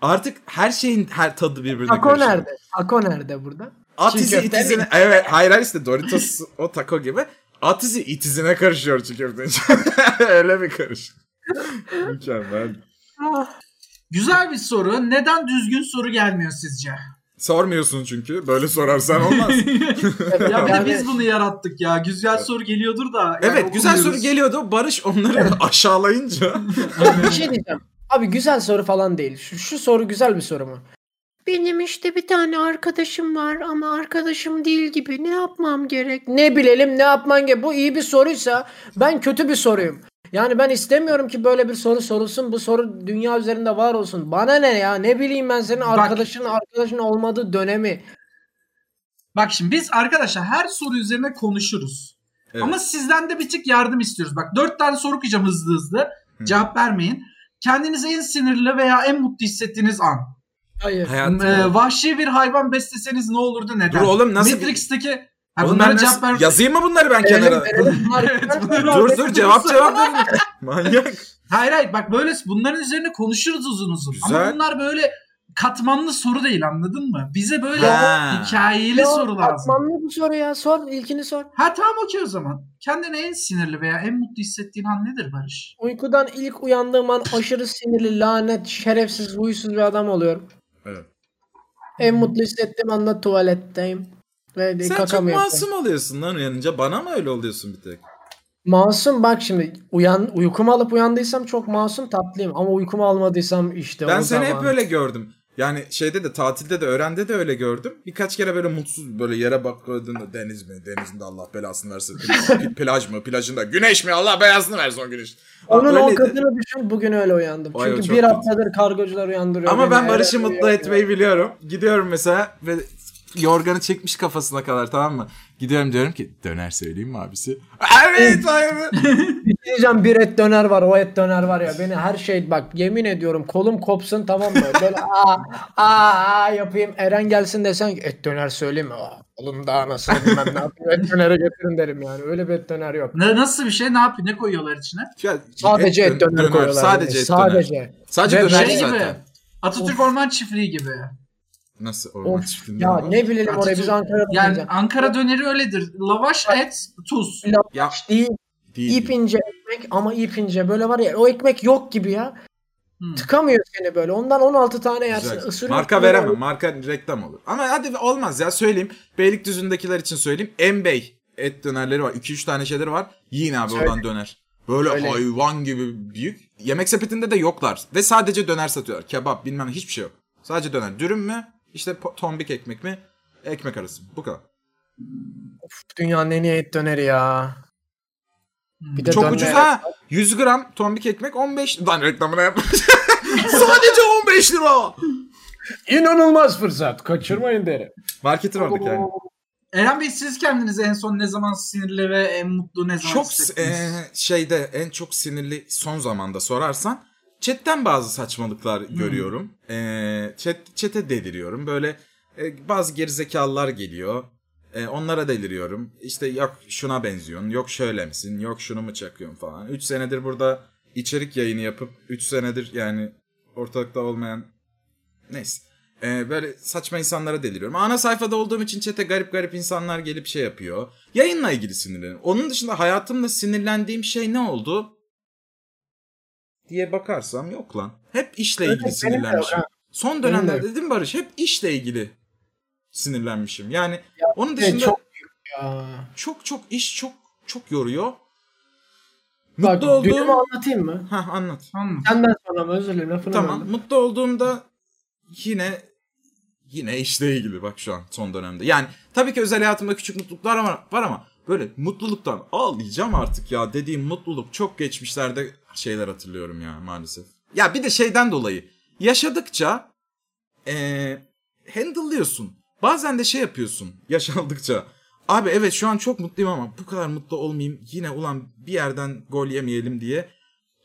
Speaker 4: Artık her şeyin her tadı birbirine
Speaker 2: Taco
Speaker 4: karışıyor.
Speaker 2: nerede? Taco nerede burada?
Speaker 4: At
Speaker 2: Çiğ
Speaker 4: izi
Speaker 2: köfte mi?
Speaker 4: itizine. Evet hayır hayır işte Doritos o taco gibi. At izi itizine karışıyor çiğ köfte *laughs* Öyle bir karış. Mükemmel.
Speaker 5: Güzel bir soru. Neden düzgün soru gelmiyor sizce?
Speaker 4: Sormuyorsun çünkü. Böyle sorarsan
Speaker 5: *laughs*
Speaker 4: olmaz.
Speaker 5: Ya bir de
Speaker 2: Yani-
Speaker 5: biz bunu yarattık ya. Güzel soru geliyordur da. yani
Speaker 4: evet güzel soru
Speaker 5: okumuyoruz.
Speaker 4: geliyordu. Barış onları
Speaker 5: *laughs*
Speaker 4: aşağılayınca.
Speaker 2: bir şey diyeceğim. Abi güzel soru falan değil. Şu, şu soru güzel bir soru mu? Benim işte bir tane arkadaşım var ama arkadaşım değil gibi. Ne yapmam gerek? Ne bilelim ne yapman gerek? Bu iyi bir soruysa ben kötü bir soruyum. Yani ben istemiyorum ki böyle bir soru sorulsun. Bu soru dünya üzerinde var olsun. Bana ne ya? Ne bileyim ben senin arkadaşın arkadaşın olmadığı dönemi.
Speaker 5: Bak şimdi biz arkadaşlar her soru üzerine konuşuruz.
Speaker 4: Evet.
Speaker 5: Ama sizden de bir tık yardım istiyoruz. Bak dört tane soru okuyacağım hızlı hızlı.
Speaker 4: Hı.
Speaker 5: Cevap vermeyin. Kendinizi en sinirli veya en mutlu hissettiğiniz an.
Speaker 2: Hayır.
Speaker 4: Hayatım.
Speaker 5: Ee, vahşi bir hayvan besleseniz ne olurdu neden?
Speaker 4: Dur oğlum nasıl?
Speaker 5: Matrix'teki... Ha,
Speaker 4: Oğlum
Speaker 5: bunlara
Speaker 4: ben
Speaker 5: cevap ver...
Speaker 4: nasıl... Yazayım mı bunları ben kenara?
Speaker 2: *laughs*
Speaker 5: Evet, bunları
Speaker 4: dur dur
Speaker 5: halledebiliriz.
Speaker 4: cevap cevap
Speaker 5: *laughs*
Speaker 4: verin. Manyak.
Speaker 5: Hayır hayır bak böyle bunların üzerine konuşuruz uzun uzun. Ama
Speaker 4: Güzel.
Speaker 5: bunlar böyle katmanlı soru değil anladın mı? Bize böyle
Speaker 4: Ha.
Speaker 5: hikayeli soru lazım.
Speaker 2: Atmanlı bu soru ya. Sor ilkini sor.
Speaker 5: Ha tamam okey o zaman. Kendini en sinirli veya en mutlu hissettiğin an nedir Barış?
Speaker 2: Uykudan ilk uyandığım an aşırı sinirli, lanet, şerefsiz, huysuz bir adam oluyorum.
Speaker 4: Evet.
Speaker 2: En mutlu hissettiğim anda tuvaletteyim. Ve de
Speaker 4: Sen çok
Speaker 2: kakamı yapıyorum.
Speaker 4: masum oluyorsun lan uyanınca. Bana mı öyle oluyorsun bir tek?
Speaker 2: Masum bak şimdi uyan uykumu alıp uyandıysam çok masum tatlıyım ama uykumu almadıysam işte
Speaker 4: Ben
Speaker 2: o zaman.
Speaker 4: seni hep öyle gördüm. Yani şeyde de tatilde de öğrende de öyle gördüm. Birkaç kere böyle mutsuz böyle yere bakıyordun deniz mi? Denizinde Allah belasını versin. Plaj- *laughs* Plaj mı? Plajında güneş mi? Allah belasını versin o güneş.
Speaker 2: Onun
Speaker 4: Öyleydi.
Speaker 2: o kadını düşün bugün öyle uyandım.
Speaker 4: Vay, o
Speaker 2: Çünkü
Speaker 4: çok
Speaker 2: bir
Speaker 4: kötü.
Speaker 2: haftadır kargocular uyandırıyor.
Speaker 4: Ama
Speaker 2: beni,
Speaker 4: ben
Speaker 2: her
Speaker 4: Barış'ı
Speaker 2: yer
Speaker 4: mutlu
Speaker 2: uyuyor.
Speaker 4: etmeyi biliyorum. Gidiyorum mesela ve yorganı çekmiş kafasına kadar tamam mı? Gidiyorum diyorum ki döner söyleyeyim mi abisi?
Speaker 2: *laughs*
Speaker 4: Evet hayır.
Speaker 2: Diyeceğim bir et döner var o et döner var ya beni her şey bak yemin ediyorum kolum kopsun tamam mı
Speaker 4: *laughs*
Speaker 2: böyle aa aa, aa yapayım Eren gelsin desen ki, et döner söyleyeyim mi? Aa, Oğlum daha nasıl bilmem ne yapayım et dönere getirin derim yani öyle bir et döner yok.
Speaker 5: Ne, nasıl bir şey? Ne yapıyor? Ne koyuyorlar içine?
Speaker 4: Ya,
Speaker 2: Sadece et,
Speaker 4: dön-
Speaker 2: döner, koyuyorlar.
Speaker 4: Sadece
Speaker 2: yani.
Speaker 4: et
Speaker 2: sadece.
Speaker 4: döner. Sadece
Speaker 2: Ve
Speaker 4: döner
Speaker 5: şey gibi.
Speaker 4: zaten.
Speaker 5: Atatürk Orman Çiftliği gibi.
Speaker 4: Nasıl orman
Speaker 2: Of,
Speaker 4: çiftliğinde
Speaker 2: ya
Speaker 4: var?
Speaker 2: ne bileyim oraya biz Ankara'da
Speaker 5: Yani
Speaker 2: yani,
Speaker 5: Ankara döneri öyledir. Lavaş, et, tuz.
Speaker 4: Ya
Speaker 2: İyi,
Speaker 4: değil.
Speaker 2: ip ince ekmek ama ip ince böyle var ya o ekmek yok gibi ya.
Speaker 5: Hmm.
Speaker 2: Tıkamıyor seni böyle. Ondan 16 tane yersin.
Speaker 4: Güzel.
Speaker 2: ısırıyor.
Speaker 4: Marka veremem. Marka reklam olur. Ama hadi olmaz ya söyleyeyim. Beylikdüzü'ndekiler için söyleyeyim. Embey. et dönerleri var. 2-3 tane şeyleri var. Yiyin abi
Speaker 2: Söyle.
Speaker 4: oradan döner. Böyle
Speaker 2: Söyle.
Speaker 4: hayvan gibi büyük. Yemek sepetinde de yoklar. Ve sadece döner satıyorlar. Kebap bilmem hiçbir şey yok. Sadece döner. Dürüm mü? İşte po- tombik ekmek mi? Ekmek arası. Bu kadar.
Speaker 2: Dünyanın en iyi et döneri ya.
Speaker 5: Hmm.
Speaker 2: Bir de
Speaker 4: Çok
Speaker 2: döner.
Speaker 4: ucuz ha. 100 gram tombik ekmek 15. Lan reklamını yapmış. *laughs* sadece 15 lira.
Speaker 2: İnanılmaz fırsat. Kaçırmayın derim.
Speaker 4: Marketi vardık yani.
Speaker 5: Eren Bey siz kendinizi en son ne zaman sinirli ve en mutlu ne zaman
Speaker 4: çok
Speaker 5: hissettiniz?
Speaker 4: e, şeyde en çok sinirli son zamanda sorarsan chatten bazı saçmalıklar
Speaker 5: Hmm.
Speaker 4: görüyorum. E, chat, chat'e deliriyorum. Böyle e, bazı gerizekalılar geliyor. E, onlara deliriyorum. İşte yok şuna benziyorsun, yok şöyle misin, yok şunu mu çakıyorsun falan. 3 senedir burada içerik yayını yapıp 3 senedir yani ortalıkta olmayan neyse. E, böyle saçma insanlara deliriyorum. Ana sayfada olduğum için çete garip garip insanlar gelip şey yapıyor. Yayınla ilgili sinirlenirim. Onun dışında hayatımda sinirlendiğim şey ne oldu? Diye bakarsam yok lan. Hep işle ilgili
Speaker 2: benim de yok
Speaker 4: sinirlenmişim.
Speaker 2: ha.
Speaker 4: Son
Speaker 2: Benim de
Speaker 4: dönemlerde
Speaker 2: yok.
Speaker 4: dedim Barış hep işle ilgili sinirlenmişim. Yani onun
Speaker 2: de
Speaker 4: dışında
Speaker 2: şey, çok- Ya.
Speaker 4: çok çok iş çok çok yoruyor.
Speaker 2: Bak
Speaker 4: Mutlu olduğum...
Speaker 2: dünümü anlatayım mı?
Speaker 4: Hah anlat.
Speaker 5: Tamam.
Speaker 2: Senden sonra mı? Özür dilerim lafını
Speaker 4: Tamam.
Speaker 2: böldüm.
Speaker 4: Mutlu olduğumda yine yine işle ilgili bak şu an son dönemde. Yani tabii ki özel hayatımda küçük mutluluklar var, var ama böyle mutluluktan ağlayacağım artık ya dediğim mutluluk çok geçmişlerde şeyler hatırlıyorum ya maalesef. Ya bir de şeyden dolayı yaşadıkça eee handle'lıyorsun. Bazen de şey yapıyorsun *laughs* yaşandıkça. Abi evet şu an çok mutluyum ama bu kadar mutlu olmayayım yine ulan bir yerden gol yemeyelim diye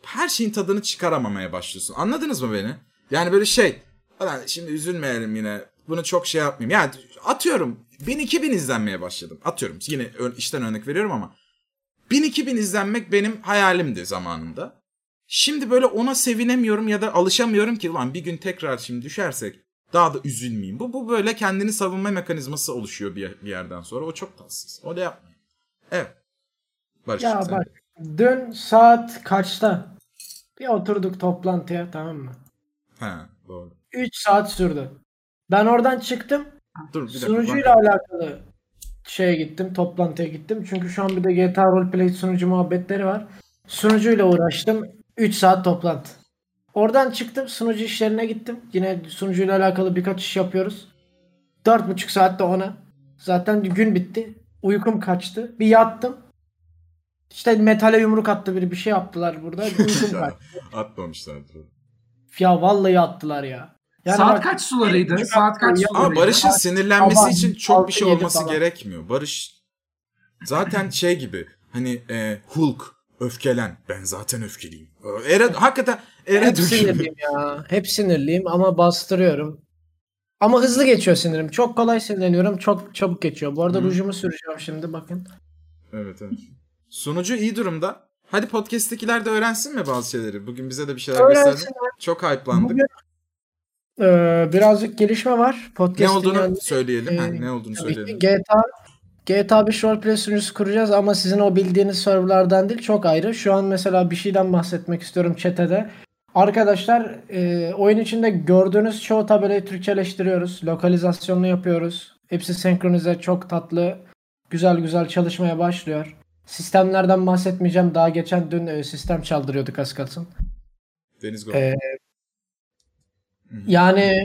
Speaker 4: her şeyin tadını çıkaramamaya başlıyorsun. Anladınız mı beni? Yani böyle şey. "Ulan şimdi üzülmeyelim yine. Bunu çok şey yapmayayım. Yani atıyorum 1000-2000 izlenmeye başladım. Atıyorum yine ö- işten örnek veriyorum ama. 1000-2000 izlenmek benim hayalimdi zamanında. Şimdi böyle ona sevinemiyorum ya da alışamıyorum ki ulan bir gün tekrar şimdi düşersek daha da üzülmeyeyim. Bu, bu böyle kendini savunma mekanizması oluşuyor bir, bir yerden sonra. O çok tatsız. O da yapmayın. Evet. Barış,
Speaker 2: Ya
Speaker 4: sen-
Speaker 2: bak dün saat kaçta? Bir oturduk toplantıya tamam mı?
Speaker 4: Ha, doğru.
Speaker 2: 3 saat sürdü. Ben oradan çıktım.
Speaker 4: Dur bir dakika.
Speaker 2: Sunucuyla alakalı şeye gittim. Toplantıya gittim. Çünkü şu an bir de GTA Roleplay sunucu muhabbetleri var. Sunucuyla uğraştım. 3 saat toplantı. Oradan çıktım. Sunucu işlerine gittim. Yine sunucuyla alakalı birkaç iş yapıyoruz. 4,5 saatte ona. Zaten gün bitti. Uykum kaçtı. Bir yattım. İşte metale yumruk attı biri. Bir şey yaptılar burada. Uykum
Speaker 4: *laughs*
Speaker 2: kaçtı.
Speaker 4: Atmamışlardır.
Speaker 2: Ya vallahi attılar ya. Yani
Speaker 5: Saat
Speaker 2: bak-
Speaker 5: kaç sularıydı? Saat kaç
Speaker 2: Ya-
Speaker 5: sularıydı?
Speaker 4: Ama Barış'ın sinirlenmesi
Speaker 2: Sabah
Speaker 4: için çok bir şey
Speaker 2: 6-7
Speaker 4: olması
Speaker 2: falan.
Speaker 4: gerekmiyor. Barış zaten şey gibi hani e, Hulk öfkelen. Ben zaten öfkeliyim. Ere, hakikaten ere
Speaker 2: Hep
Speaker 4: dökülüyor.
Speaker 2: sinirliyim ya. Hep sinirliyim ama bastırıyorum. Ama hızlı geçiyor sinirim. Çok kolay sinirleniyorum. Çok çabuk geçiyor. Bu arada
Speaker 4: Hı.
Speaker 2: rujumu süreceğim şimdi bakın.
Speaker 4: Evet, evet. Sunucu iyi durumda. Hadi podcast'tekiler de öğrensin mi bazı şeyleri? Bugün bize de bir şeyler gösterdin.
Speaker 2: Öğrensinler.
Speaker 4: Çok hype'landık.
Speaker 2: Bugün, e, birazcık gelişme var. Podcast
Speaker 4: Ne olduğunu
Speaker 2: dünyanın-
Speaker 4: söyleyelim. Ha,
Speaker 2: Ee,
Speaker 4: ne olduğunu
Speaker 2: Tabii ki
Speaker 4: söyleyelim.
Speaker 2: GTA GTA 5 roleplay sunucusu kuracağız ama sizin o bildiğiniz serverlardan değil çok ayrı. Şu an mesela bir şeyden bahsetmek istiyorum chatede. Arkadaşlar e, oyun içinde gördüğünüz çoğu tabelayı Türkçeleştiriyoruz. Lokalizasyonunu yapıyoruz. Hepsi senkronize çok tatlı güzel güzel çalışmaya başlıyor. Sistemlerden bahsetmeyeceğim. Daha geçen dün e, sistem çaldırıyorduk az kalsın.
Speaker 4: Deniz Gol.
Speaker 2: Ee, Yani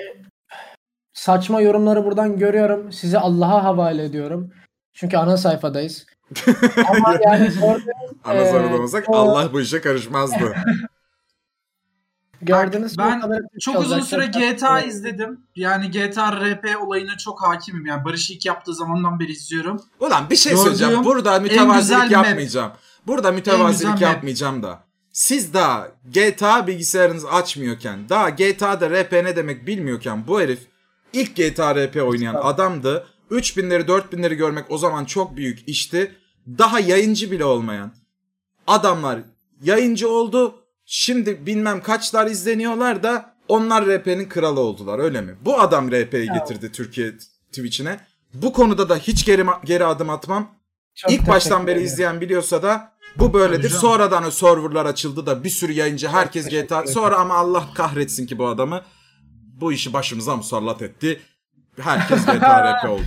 Speaker 2: saçma yorumları buradan görüyorum. Sizi Allah'a havale ediyorum. Çünkü ana
Speaker 4: *laughs*
Speaker 2: sayfadayız. Ama yani gördüğünüz,
Speaker 4: Ana
Speaker 2: ee,
Speaker 4: zorunda olsak
Speaker 2: o-
Speaker 4: Allah bu
Speaker 2: *laughs*
Speaker 4: işe karışmazdı.
Speaker 2: gördüğünüz
Speaker 5: Ben
Speaker 2: gibi kamera
Speaker 5: Çok
Speaker 2: olacak.
Speaker 5: uzun süre
Speaker 2: Çok-
Speaker 5: GTA izledim. Yani GTA RP olayına çok hakimim. Yani Barış ilk yaptığı zamandan beri izliyorum.
Speaker 4: *laughs* Ulan bir şey
Speaker 5: Gördüğüm
Speaker 4: söyleyeceğim. Burada
Speaker 5: güzel
Speaker 4: mütevazilik
Speaker 5: map.
Speaker 4: yapmayacağım. Burada
Speaker 5: güzel
Speaker 4: mütevazilik
Speaker 5: map.
Speaker 4: yapmayacağım da. Siz daha GTA bilgisayarınızı açmıyorken, daha GTA'da RP ne demek bilmiyorken bu herif ilk GTA RP oynayan adamdı. 3000'leri 4000'leri görmek o zaman çok büyük işti. Daha yayıncı bile olmayan adamlar yayıncı oldu. Şimdi bilmem kaçlar izleniyorlar da onlar RP'nin kralı oldular öyle mi? Bu adam RP'yi getirdi Türkiye Twitch'ine. Bu konuda da hiç geri, geri adım atmam.
Speaker 2: çok
Speaker 4: İlk baştan
Speaker 2: teşekkür
Speaker 4: beri
Speaker 2: ederim.
Speaker 4: izleyen biliyorsa da bu böyledir.
Speaker 5: canım.
Speaker 4: Sonradan o serverlar açıldı da bir sürü yayıncı herkes GTA. Sonra ama Allah kahretsin
Speaker 2: *laughs*
Speaker 4: ki bu adamı bu işi başımıza musallat etti. Herkes GTA RP oldu.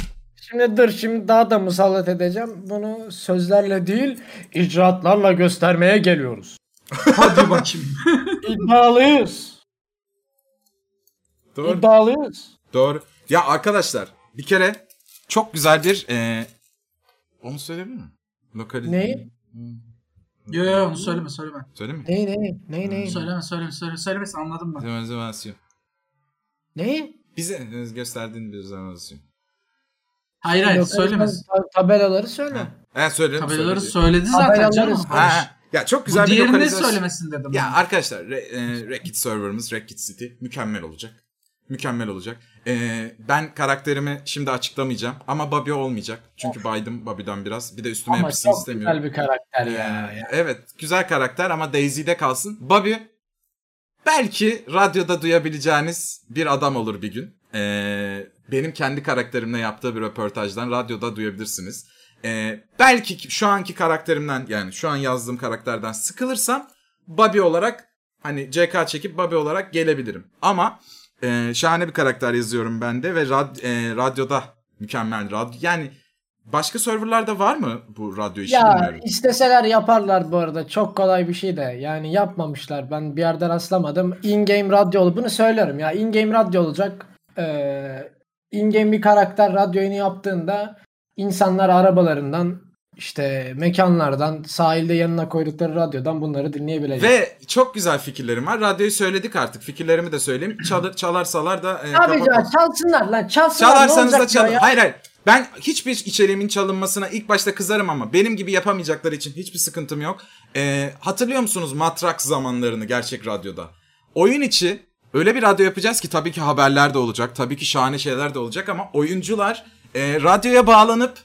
Speaker 2: Şimdi dur şimdi daha da musallat edeceğim. Bunu sözlerle değil icraatlarla göstermeye geliyoruz.
Speaker 5: Hadi bakayım.
Speaker 2: İddialıyız.
Speaker 4: Doğru.
Speaker 2: İddialıyız.
Speaker 4: Doğru. Ya arkadaşlar bir kere çok güzel bir e, onu söyleyebilir miyim? Lokali...
Speaker 2: Neyi?
Speaker 5: Yo yo onu söyleme söyleme.
Speaker 4: Söyle mi?
Speaker 2: Ney ney ney
Speaker 4: Hmm.
Speaker 2: ney
Speaker 5: Söyleme söyleme söyleme. Söylemesin anladım ben.
Speaker 4: Zemenzemensiyum.
Speaker 2: ney?
Speaker 4: Bize gösterdiğin bir zemenzemensiyum.
Speaker 5: Hayır hayır söylemesin.
Speaker 2: Ta- Tabelaları söyle.
Speaker 4: Ha söyle.
Speaker 5: Tabelaları
Speaker 4: söyle.
Speaker 5: söyledi zaten
Speaker 2: Tabelaları
Speaker 5: canım.
Speaker 2: söyle.
Speaker 4: Ha, ha. Ya çok güzel
Speaker 5: Bu
Speaker 4: bir
Speaker 5: diğerini
Speaker 4: lokalizasyon.
Speaker 5: söylemesin dedim.
Speaker 4: Ya
Speaker 5: ben.
Speaker 4: arkadaşlar Re, e, Racket serverımız Racket City mükemmel olacak. Mükemmel olacak. E, ben karakterimi şimdi açıklamayacağım ama Bobby olmayacak. Çünkü baydım Bobby'den biraz. Bir de üstüme
Speaker 2: Ama
Speaker 4: yapışsın
Speaker 2: çok
Speaker 4: istemiyorum.
Speaker 2: güzel bir karakter ya.
Speaker 4: Ee, Evet güzel karakter ama Daisy'de kalsın. Bobby belki radyoda duyabileceğiniz bir adam olur bir gün. Ee, benim kendi karakterimle yaptığı bir röportajdan radyoda duyabilirsiniz. Ee, belki ki- şu anki karakterimden yani şu an yazdığım karakterden sıkılırsam Bobby olarak hani CK çekip Bobby olarak gelebilirim. Ama e, şahane bir karakter yazıyorum ben de ve rad- e, radyoda mükemmel radyo yani başka serverlarda var mı bu radyo işi
Speaker 2: Ya
Speaker 4: bilmiyorum.
Speaker 2: isteseler yaparlar bu arada. Çok kolay bir şey de. Yani yapmamışlar. Ben bir yerde rastlamadım. In-game radyo ol- Bunu söylüyorum ya. In-game radyo olacak. Ee, in-game bir karakter radyoyunu yaptığında insanlar arabalarından işte mekanlardan sahilde yanına koydukları radyodan bunları dinleyebilecek.
Speaker 4: Ve çok güzel fikirlerim var. Radyoyu söyledik artık. Fikirlerimi de söyleyeyim. Çalar, çalarsalar da... e,
Speaker 2: Ne yapacağız?
Speaker 4: kapat-
Speaker 2: Çalsınlar lan. Çalsınlar. ne
Speaker 4: Çalarsanız da
Speaker 2: olacak
Speaker 4: çalın.
Speaker 2: ya?
Speaker 4: Hayır hayır. Ben hiçbir içeriğimin çalınmasına ilk başta kızarım ama benim gibi yapamayacakları için hiçbir sıkıntım yok. E, hatırlıyor musunuz matrak zamanlarını gerçek radyoda? Oyun içi öyle bir radyo yapacağız ki tabii ki haberler de olacak. Tabii ki şahane şeyler de olacak ama oyuncular e, radyoya bağlanıp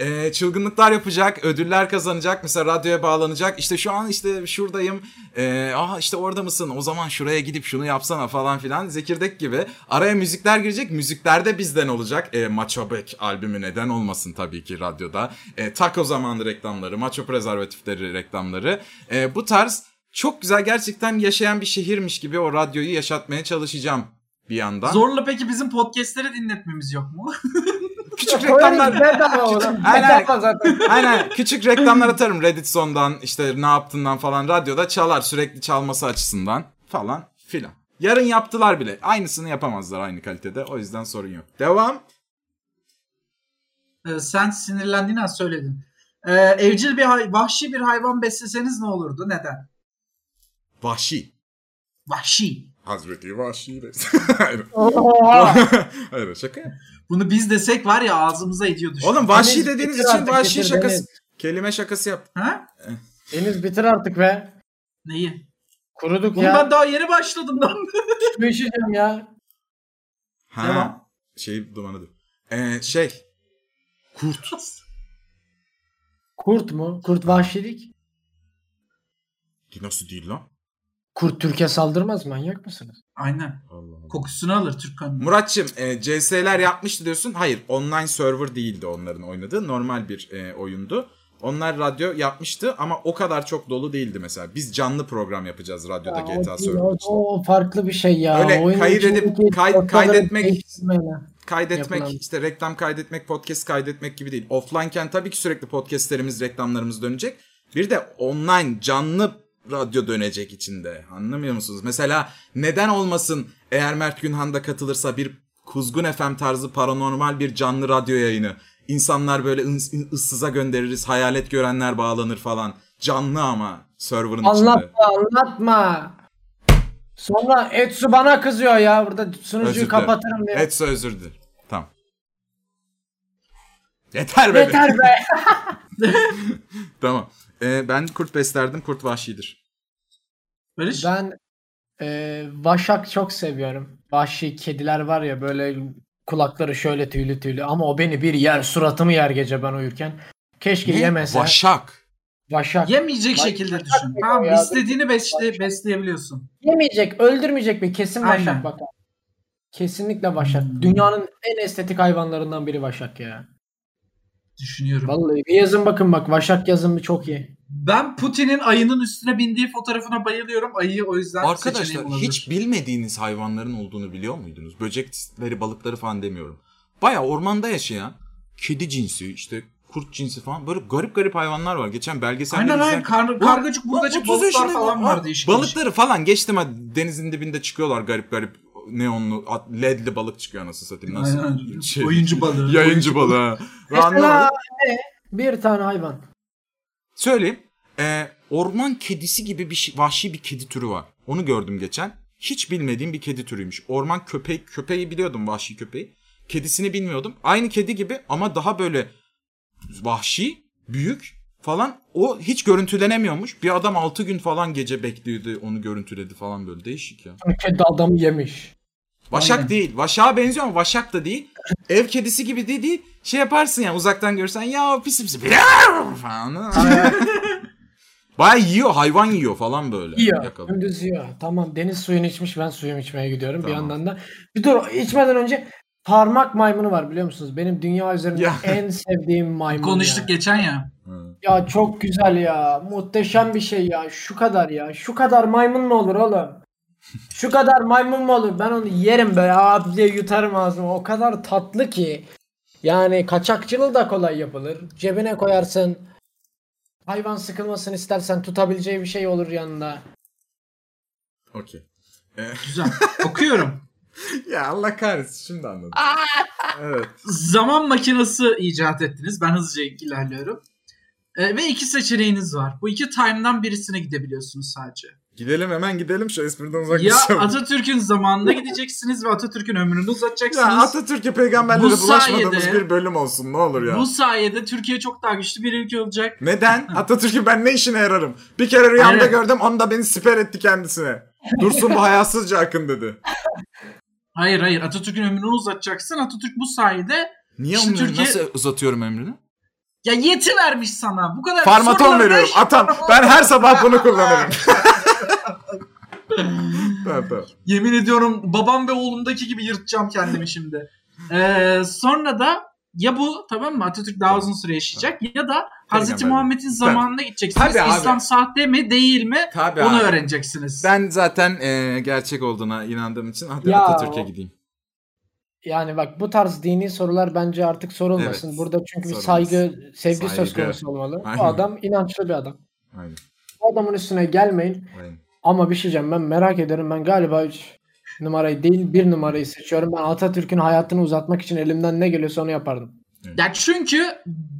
Speaker 4: e, çılgınlıklar yapacak, ödüller kazanacak. Mesela radyoya bağlanacak. İşte şu an işte şuradayım. E, aha işte orada mısın? O zaman şuraya gidip şunu yapsana falan filan. Zekirdek gibi. Araya müzikler girecek. Müzikler de bizden olacak. E, Macho Beck albümü neden olmasın tabii ki radyoda. E, Taco zamanı reklamları, Macho prezervatifleri reklamları. E, bu tarz çok güzel gerçekten yaşayan bir şehirmiş gibi o radyoyu yaşatmaya çalışacağım bir yandan.
Speaker 5: Zorla peki bizim podcastleri dinletmemiz yok mu? *laughs*
Speaker 4: Küçük
Speaker 2: Koyarız
Speaker 4: reklamlar. *laughs*
Speaker 2: bedava oğlum.
Speaker 4: Aynen.
Speaker 2: Bedava zaten.
Speaker 4: Aynen küçük reklamlar atarım Reddit sondan işte ne yaptığından falan radyoda çalar sürekli çalması açısından falan filan. Yarın yaptılar bile. Aynısını yapamazlar aynı kalitede. O yüzden sorun yok. Devam.
Speaker 5: Ee, sen sinirlendiğin an söyledin. Ee, evcil bir hay- vahşi bir hayvan besleseniz ne olurdu? Neden?
Speaker 4: Vahşi.
Speaker 5: Vahşi.
Speaker 4: Hazreti Vahşi. *laughs*
Speaker 2: Oha.
Speaker 4: Hayır şaka yap.
Speaker 5: Bunu biz desek var ya ağzımıza ediyor düşün.
Speaker 4: Oğlum vahşi dediğiniz
Speaker 2: Getir
Speaker 4: için
Speaker 2: artık,
Speaker 4: vahşi
Speaker 2: getir
Speaker 4: şakası.
Speaker 2: beni.
Speaker 4: Kelime şakası yap.
Speaker 5: Ha?
Speaker 2: Deniz bitir artık be.
Speaker 5: Neyi?
Speaker 2: Kuruduk
Speaker 5: Bunu
Speaker 2: ya.
Speaker 5: ben daha yeni başladım lan. *laughs*
Speaker 2: Bu işi diyorum ya.
Speaker 4: Ha.
Speaker 5: Devam.
Speaker 4: Şey dumanı dur. Ee, şey. Kurt.
Speaker 2: Kurt mu? Kurt vahşilik.
Speaker 4: Nasıl değil lan?
Speaker 2: Kurt Türkiye saldırmaz manyak mısınız?
Speaker 5: Aynen.
Speaker 4: Allah Allah.
Speaker 5: Kokusunu alır Türk kanı.
Speaker 4: Muratçım e, CS'ler yapmıştı diyorsun. Hayır online server değildi onların oynadığı. Normal bir e, oyundu. Onlar radyo yapmıştı ama o kadar çok dolu değildi mesela. Biz canlı program yapacağız radyoda
Speaker 2: Ya, o
Speaker 4: GTA
Speaker 2: değil,
Speaker 4: server
Speaker 2: o,
Speaker 4: için.
Speaker 2: o farklı bir şey ya.
Speaker 4: Öyle
Speaker 2: Oyunun
Speaker 4: kaydedip-
Speaker 2: içindeki
Speaker 4: kay-
Speaker 2: ortaları
Speaker 4: kaydetmek-
Speaker 2: değiştirmeyle.
Speaker 4: Kaydetmek
Speaker 2: yapılan-
Speaker 4: işte reklam kaydetmek, podcast kaydetmek gibi değil. Offline'ken tabii ki sürekli podcastlerimiz, reklamlarımız dönecek. Bir de online canlı radyo dönecek içinde. Anlamıyor musunuz? Mesela neden olmasın eğer Mert Günhan da katılırsa bir Kuzgun FM tarzı paranormal bir canlı radyo yayını. İnsanlar böyle ıs- ıssıza göndeririz, hayalet görenler bağlanır falan. Canlı ama server'ın içinde.
Speaker 2: Anlatma anlatma. Sonra Etsu bana kızıyor ya. Burada
Speaker 4: Özür dilerim.
Speaker 2: sunucuyu kapatırım diye.
Speaker 4: Etse özür dilerim. Tamam. Yeter be.
Speaker 2: Yeter
Speaker 4: *laughs*
Speaker 2: be.
Speaker 4: Tamam. Ee, ben kurt beslerdim. Kurt vahşidir.
Speaker 5: Barış?
Speaker 2: Ben e, Vaşak çok seviyorum. Vahşi kediler var ya böyle kulakları şöyle tüylü tüylü ama o beni bir yer suratımı yer gece ben uyurken. Keşke yemese.
Speaker 4: Vaşak.
Speaker 2: Vaşak.
Speaker 5: Yemeyecek
Speaker 2: Bak-
Speaker 5: şekilde düşün.
Speaker 2: bak-
Speaker 5: Tamam
Speaker 2: ya,
Speaker 5: istediğini besle- besleyebiliyorsun.
Speaker 2: Yemeyecek, öldürmeyecek mi? Kesin
Speaker 5: Aynen.
Speaker 2: Vaşak bak. abi. Kesinlikle Vaşak. Dünyanın en estetik hayvanlarından biri Vaşak ya.
Speaker 5: Düşünüyorum.
Speaker 2: Vallahi bir yazın bakın bak. Vaşak yazın çok iyi.
Speaker 5: Ben Putin'in ayının üstüne bindiği fotoğrafına bayılıyorum. Ayıyı o yüzden
Speaker 4: Arkadaşlar
Speaker 5: seçeneğim olabilir.
Speaker 4: hiç bilmediğiniz hayvanların olduğunu biliyor muydunuz? Böcekleri, balıkları falan demiyorum. Baya ormanda yaşayan kedi cinsi işte kurt cinsi falan böyle garip garip hayvanlar var. Geçen belgeselde
Speaker 5: Aynen
Speaker 4: izlerken-
Speaker 5: aynen kar, kargacık burgacık
Speaker 4: 30
Speaker 5: balıklar
Speaker 4: yaşında-
Speaker 5: falan
Speaker 4: Ha,
Speaker 5: vardı işte.
Speaker 4: Balıkları falan geçtim hadi denizin dibinde çıkıyorlar garip garip neonlu at- ledli balık çıkıyor anasını satayım nasıl?
Speaker 5: Aynen.
Speaker 4: Şey,
Speaker 5: Oyuncu balığı.
Speaker 4: yayıncı balığı. ha. Ben
Speaker 2: Mesela
Speaker 4: anlamadım.
Speaker 2: ne? bir tane hayvan.
Speaker 4: Söyleyeyim. Ee, orman kedisi gibi bir şey- vahşi bir kedi türü var. Onu gördüm geçen. Hiç bilmediğim bir kedi türüymüş. Orman köpeği köpeği biliyordum vahşi köpeği. Kedisini bilmiyordum. Aynı kedi gibi ama daha böyle vahşi, büyük falan. O hiç görüntülenemiyormuş. Bir adam 6 gün falan gece bekliyordu onu görüntüledi falan böyle değişik ya.
Speaker 2: Kedi adamı yemiş.
Speaker 4: Vaşak
Speaker 5: Aynen.
Speaker 4: değil. Vaşağa benziyor ama vaşak da
Speaker 5: *laughs*
Speaker 4: değil. Ev kedisi gibi de değil. Şey yaparsın ya uzaktan görsen ya pis pis *laughs* "Yav!" falan. *laughs* Baya yiyor hayvan yiyor falan böyle.
Speaker 2: Yiyor.
Speaker 4: Yakalı.
Speaker 2: Gündüz yiyor. Tamam deniz suyunu içmiş ben suyumu içmeye gidiyorum bir
Speaker 4: Tamam.
Speaker 2: yandan da. Bir dur içmeden önce parmak maymunu var biliyor musunuz? Benim dünya üzerinde
Speaker 4: Ya.
Speaker 2: en sevdiğim maymun.
Speaker 5: Konuştuk geçen ya.
Speaker 4: Hı.
Speaker 2: Ya. ya çok güzel ya. Muhteşem bir şey ya. Şu kadar ya. Şu kadar maymun mu olur oğlum? Şu kadar maymun mu olur? Ben onu yerim böyle abi diye yutarım ağzıma. O kadar tatlı ki. Yani kaçakçılığı da kolay yapılır. Cebine koyarsın. Hayvan sıkılmasını istersen tutabileceği bir şey olur yanında.
Speaker 4: Okey.
Speaker 5: Güzel. Okuyorum.
Speaker 4: *laughs* Ya Allah kahretsin şimdi anladım. evet.
Speaker 5: Zaman makinesi icat ettiniz. Ben hızlıca ilerliyorum. Ee, ve iki seçeneğiniz var. Bu iki time'dan birisine gidebiliyorsunuz sadece.
Speaker 4: Gidelim hemen gidelim şu espriden
Speaker 5: Ya
Speaker 4: uzaklaşalım. Ya,
Speaker 5: Atatürk'ün zamanına gideceksiniz ve Atatürk'ün ömrünü uzatacaksınız.
Speaker 4: Atatürk'e peygamberlere
Speaker 5: Bu
Speaker 4: bulaşmadığımız
Speaker 5: sayede-
Speaker 4: bir bölüm olsun ne olur ya.
Speaker 5: Bu sayede Türkiye çok daha güçlü bir ülke olacak. *laughs*
Speaker 4: Neden? Atatürk'ü ben ne işine yararım? Bir kere rüyamda
Speaker 5: Aynen.
Speaker 4: gördüm onu da beni siper etti
Speaker 5: *laughs*
Speaker 4: kendisine. Dursun bu hayasızca akın dedi.
Speaker 5: Hayır hayır Atatürk'ün ömrünü uzatacaksın. Atatürk bu sayede
Speaker 4: Niye
Speaker 5: İşte
Speaker 4: ömrünü
Speaker 5: Türkiye-
Speaker 4: nasıl uzatıyorum ömrünü?
Speaker 5: ya yeti vermiş sana. Bu kadar
Speaker 4: Farmaton
Speaker 5: soruları
Speaker 4: veriyorum
Speaker 5: beş-
Speaker 4: atam. Ben her sabah bunu kullanırım.
Speaker 5: *laughs*
Speaker 4: evet, evet.
Speaker 5: Yemin ediyorum babam ve oğlumdaki gibi yırtacağım kendimi şimdi. Ee, sonra da ya bu tamam mı Atatürk daha uzun süre yaşayacak ya da Hazreti
Speaker 4: Peygamber.
Speaker 5: Muhammed'in zamanına gideceksiniz.
Speaker 4: Tabii abi.
Speaker 5: İslam sahte mi değil mi
Speaker 4: Tabii
Speaker 5: onu
Speaker 4: abi.
Speaker 5: öğreneceksiniz.
Speaker 4: Ben zaten e, gerçek olduğuna inandığım için hadi
Speaker 2: Ya.
Speaker 4: Atatürk'e gideyim.
Speaker 2: Yani bak bu tarz dini sorular bence artık sorulmasın.
Speaker 4: Evet,
Speaker 2: Burada çünkü bir
Speaker 4: sorulmaz.
Speaker 2: saygı, sevgi
Speaker 4: Saygı.
Speaker 2: söz konusu olmalı.
Speaker 4: Aynen.
Speaker 2: Bu adam inançlı bir adam.
Speaker 4: Aynen.
Speaker 2: Bu adamın üstüne gelmeyin.
Speaker 4: aynen.
Speaker 2: Ama bir şey diyeceğim ben merak ederim. Ben galiba 3 numarayı değil bir numarayı seçiyorum. Ben Atatürk'ün hayatını uzatmak için elimden ne geliyorsa onu yapardım.
Speaker 5: Ya çünkü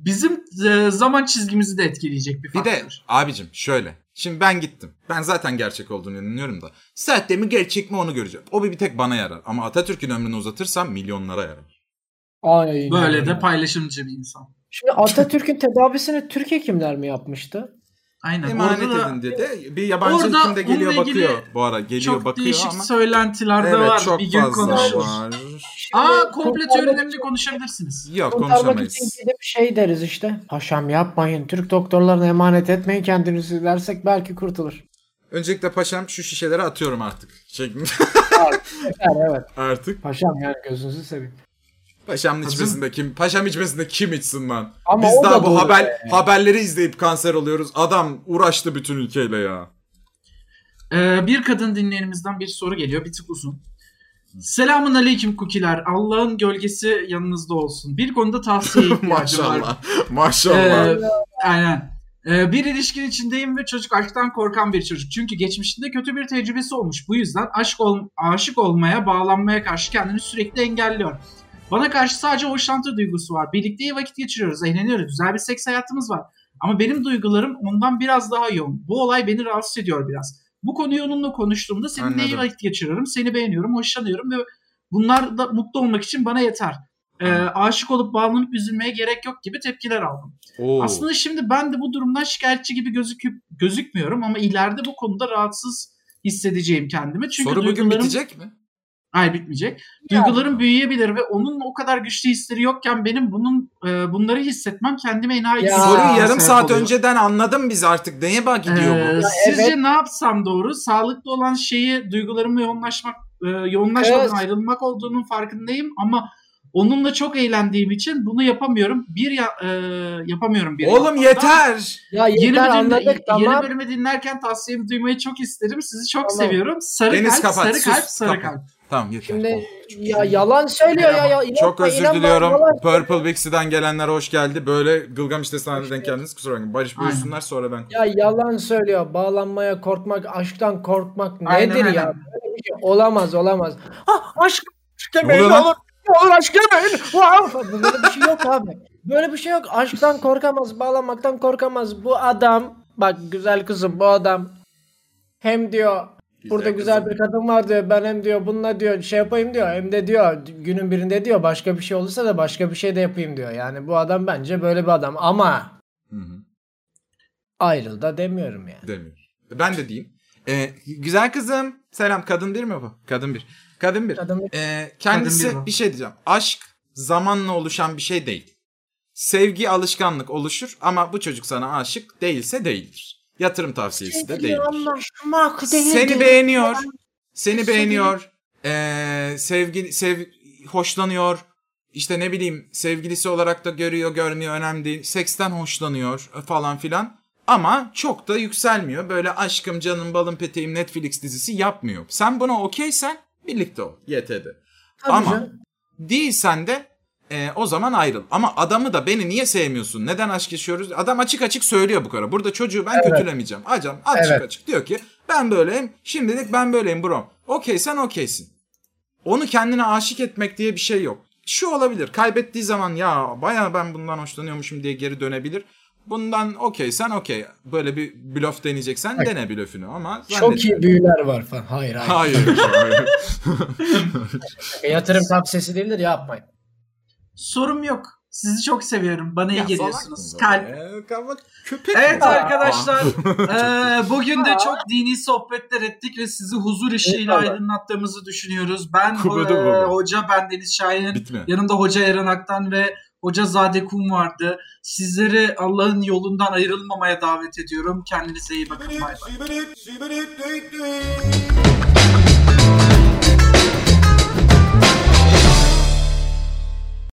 Speaker 5: bizim e, zaman çizgimizi de etkileyecek bir
Speaker 4: Bir
Speaker 5: faktör.
Speaker 4: de abicim şöyle. Şimdi ben gittim. Ben zaten gerçek olduğunu inanıyorum da. Sahte mi gerçek mi onu göreceğim. O bir bir tek bana yarar. Ama Atatürk'ün ömrünü uzatırsam milyonlara yarar.
Speaker 2: Aynen.
Speaker 5: Böyle de paylaşımcı bir insan.
Speaker 2: Şimdi Atatürk'ün tedavisini Türk hekimler mi yapmıştı?
Speaker 5: Aynen.
Speaker 4: Emanet
Speaker 5: orada da
Speaker 4: edin dedi. Bir yabancı
Speaker 5: Orada
Speaker 4: kim de geliyor
Speaker 5: onunla ilgili
Speaker 4: bakıyor. Bu ara geliyor
Speaker 5: çok
Speaker 4: bakıyor
Speaker 5: değişik
Speaker 4: ama.
Speaker 5: söylentiler de
Speaker 4: Evet
Speaker 5: var.
Speaker 4: çok
Speaker 5: bir gün
Speaker 4: fazla
Speaker 5: konuşuruz.
Speaker 4: var.
Speaker 2: Şimdi
Speaker 5: Aa komple
Speaker 2: kurtarmak-
Speaker 5: teorilerini konuşabilirsiniz.
Speaker 4: Yok
Speaker 2: Kurtarmak için
Speaker 4: konuşamayız.
Speaker 2: gidip şey deriz işte. Paşam yapmayın. Türk doktorlarına emanet etmeyin kendinizi dersek belki kurtulur.
Speaker 4: Öncelikle paşam şu şişeleri atıyorum artık. Şeklinde.
Speaker 2: Yani evet.
Speaker 4: *laughs* artık.
Speaker 2: Paşam yani gözünüzü seveyim.
Speaker 4: Paşamın
Speaker 5: Hazır
Speaker 4: içmesinde kim? Paşam içmesinde kim içsin lan?
Speaker 2: Ama
Speaker 4: Biz
Speaker 2: o
Speaker 4: daha
Speaker 2: da
Speaker 4: bu
Speaker 2: doğru
Speaker 4: haber haberleri izleyip kanser oluyoruz. Adam uğraştı bütün ülkeyle ya.
Speaker 5: Ee, bir kadın dinleyenimizden bir soru geliyor. Bir tık uzun. Selamun aleyküm kukiler. Allah'ın gölgesi yanınızda olsun. Bir
Speaker 4: *laughs*
Speaker 5: konuda tavsiyeye ihtiyacım var.
Speaker 4: Maşallah. *laughs* Maşallah.
Speaker 5: Ee, aynen. Ee, bir ilişkin içindeyim ve çocuk aşktan korkan bir çocuk. Çünkü geçmişinde kötü bir tecrübesi olmuş. Bu yüzden aşk ol- aşık olmaya, bağlanmaya karşı kendini sürekli engelliyor. Bana karşı sadece hoşlantı duygusu var. Birlikte iyi vakit geçiriyoruz, eğleniyoruz. Güzel bir seks hayatımız var. Ama benim duygularım ondan biraz daha yoğun. Bu olay beni rahatsız ediyor biraz. Bu konuyu onunla konuştuğumda seninle iyi
Speaker 4: Anladım.
Speaker 5: vakit geçiriyorum, seni beğeniyorum, hoşlanıyorum ve bunlar da mutlu olmak için bana yeter. Ee, aşık olup bağlanıp üzülmeye gerek yok gibi tepkiler aldım.
Speaker 4: Oo.
Speaker 5: Aslında şimdi ben de bu durumdan şikayetçi gibi gözüküp gözükmüyorum ama ileride bu konuda rahatsız hissedeceğim kendimi. Çünkü
Speaker 4: Soru bugün
Speaker 5: duygularım
Speaker 4: bitecek mi?
Speaker 5: hayır bitmeyecek.
Speaker 2: Yani.
Speaker 5: Duygularım büyüyebilir ve onun o kadar güçlü hisleri yokken benim bunun e, bunları hissetmem kendime enayi
Speaker 2: Ya.
Speaker 5: gibi
Speaker 4: Soruyu
Speaker 5: hissetmem
Speaker 4: yarım
Speaker 5: sebep
Speaker 4: saat
Speaker 5: oluyor.
Speaker 4: önceden anladım biz artık. Neye bak gidiyor
Speaker 5: Ee,
Speaker 4: bu?
Speaker 5: sizce
Speaker 2: evet.
Speaker 5: ne yapsam doğru? Sağlıklı olan şeyi duygularımı yoğunlaşmak e, yoğunlaşmadan
Speaker 2: Evet.
Speaker 5: ayrılmak olduğunun farkındayım ama onunla çok eğlendiğim için bunu yapamıyorum. Bir ya- e, yapamıyorum bir.
Speaker 4: Oğlum
Speaker 5: yandan.
Speaker 4: yeter.
Speaker 2: Ya yeter
Speaker 5: Yeni, bölümde-
Speaker 2: anladık tamam.
Speaker 5: yeni bölümü dinlerken tavsiyemi duymayı çok isterim. Sizi çok
Speaker 2: Tamam.
Speaker 5: seviyorum. Sarı
Speaker 4: Deniz
Speaker 5: kalp,
Speaker 4: kapat,
Speaker 5: sarı
Speaker 4: sus,
Speaker 5: kalp, sarı
Speaker 4: kapat.
Speaker 5: kalp.
Speaker 4: Tamam yeter.
Speaker 2: Şimdi
Speaker 4: Oh.
Speaker 2: ya yalan söylüyor ya. ya inanma,
Speaker 4: Çok özür
Speaker 2: inanma,
Speaker 4: diliyorum.
Speaker 2: yalan.
Speaker 4: Purple Bixi'den gelenlere hoş geldi. Böyle Gılgamış destanına denk geldiniz. Kusura bakmayın. Barış
Speaker 5: Aynen.
Speaker 4: buyursunlar sonra ben.
Speaker 2: Ya yalan söylüyor. Bağlanmaya korkmak, aşktan korkmak
Speaker 5: Aynen,
Speaker 2: nedir ya?
Speaker 5: aynen.
Speaker 2: Böyle bir şey olamaz, olamaz. Ah aşk
Speaker 4: Ne
Speaker 2: demeyin
Speaker 4: oluyor
Speaker 2: olur.
Speaker 4: lan?
Speaker 2: Ne olur aşk demeyin. Wow. Böyle bir şey yok abi. Böyle bir şey yok. Aşktan korkamaz, bağlanmaktan korkamaz. Bu adam, bak güzel kızım bu adam. Hem diyor Burada güzel bir kadın var diyor. Ben hem diyor bununla diyor şey yapayım diyor. Hem de diyor günün birinde diyor başka bir şey olursa da başka bir şey de yapayım diyor. Yani bu adam bence böyle bir adam ama
Speaker 4: Hı-hı.
Speaker 2: ayrıl da demiyorum yani.
Speaker 4: Demiyor. Ben de diyeyim. Ee, güzel kızım. Selam. Kadın bir mi bu? Kadın bir. Kadın bir.
Speaker 2: Adam
Speaker 4: Ee, kendisi
Speaker 5: Kadın bir bu.
Speaker 4: bir şey diyeceğim. Aşk zamanla oluşan bir şey değil. Sevgi alışkanlık oluşur ama bu çocuk sana aşık değilse değildir. Yatırım tavsiyesi de değildir.
Speaker 2: anlaşmak
Speaker 4: Seni beğeniyor. Seni beğeniyor. Ee, sevgi sev hoşlanıyor. İşte ne bileyim sevgilisi olarak da görüyor, görmüyor önemli değil. Seksten hoşlanıyor falan filan. Ama çok da yükselmiyor. Böyle aşkım canım balım peteğim Netflix dizisi yapmıyor. Sen buna okeysen birlikte ol. YTD. Ama- Değilsen de e, o zaman ayrıl. Ama adamı da beni niye sevmiyorsun? Neden aşk yaşıyoruz? Adam açık açık söylüyor bu kadar. Burada çocuğu ben kötülemeyeceğim. Acam açık
Speaker 2: Evet.
Speaker 4: açık diyor ki ben böyleyim. Şimdilik ben böyleyim bro. Okey sen okeysin. Onu kendine aşık etmek diye bir şey yok. Şu olabilir. Kaybettiği zaman ya baya ben bundan hoşlanıyormuşum diye geri dönebilir. Bundan okey sen okey. Böyle bir blöf deneyeceksen
Speaker 2: Bak.
Speaker 4: dene blöfünü ama
Speaker 2: Çok iyi büyüler var falan. Hayır hayır.
Speaker 4: Hayır. hayır.
Speaker 2: Yatırım tavsiyesi değildir yapmayın.
Speaker 5: Sorum yok. Sizi çok seviyorum. Bana iyi
Speaker 4: Ya, salak
Speaker 5: geliyorsunuz.
Speaker 4: mısın?
Speaker 5: Kalp.
Speaker 4: Ee, kalmak köpek
Speaker 5: Evet
Speaker 4: mi? *laughs*
Speaker 5: arkadaşlar eee, bugün de çok dini sohbetler ettik ve sizi huzur ışığıyla
Speaker 2: İnşallah.
Speaker 5: aydınlattığımızı düşünüyoruz. Ben
Speaker 4: Kubada
Speaker 5: eee,
Speaker 4: baba.
Speaker 5: hoca ben Deniz Şahin.
Speaker 4: Bitme.
Speaker 5: Yanımda Hoca Eren Aktan ve Hoca Zade Kum vardı. Sizleri Allah'ın yolundan ayrılmamaya davet ediyorum. Kendinize iyi bakın. Bay bay.
Speaker 1: Shibbity, shibbity, dee, dee.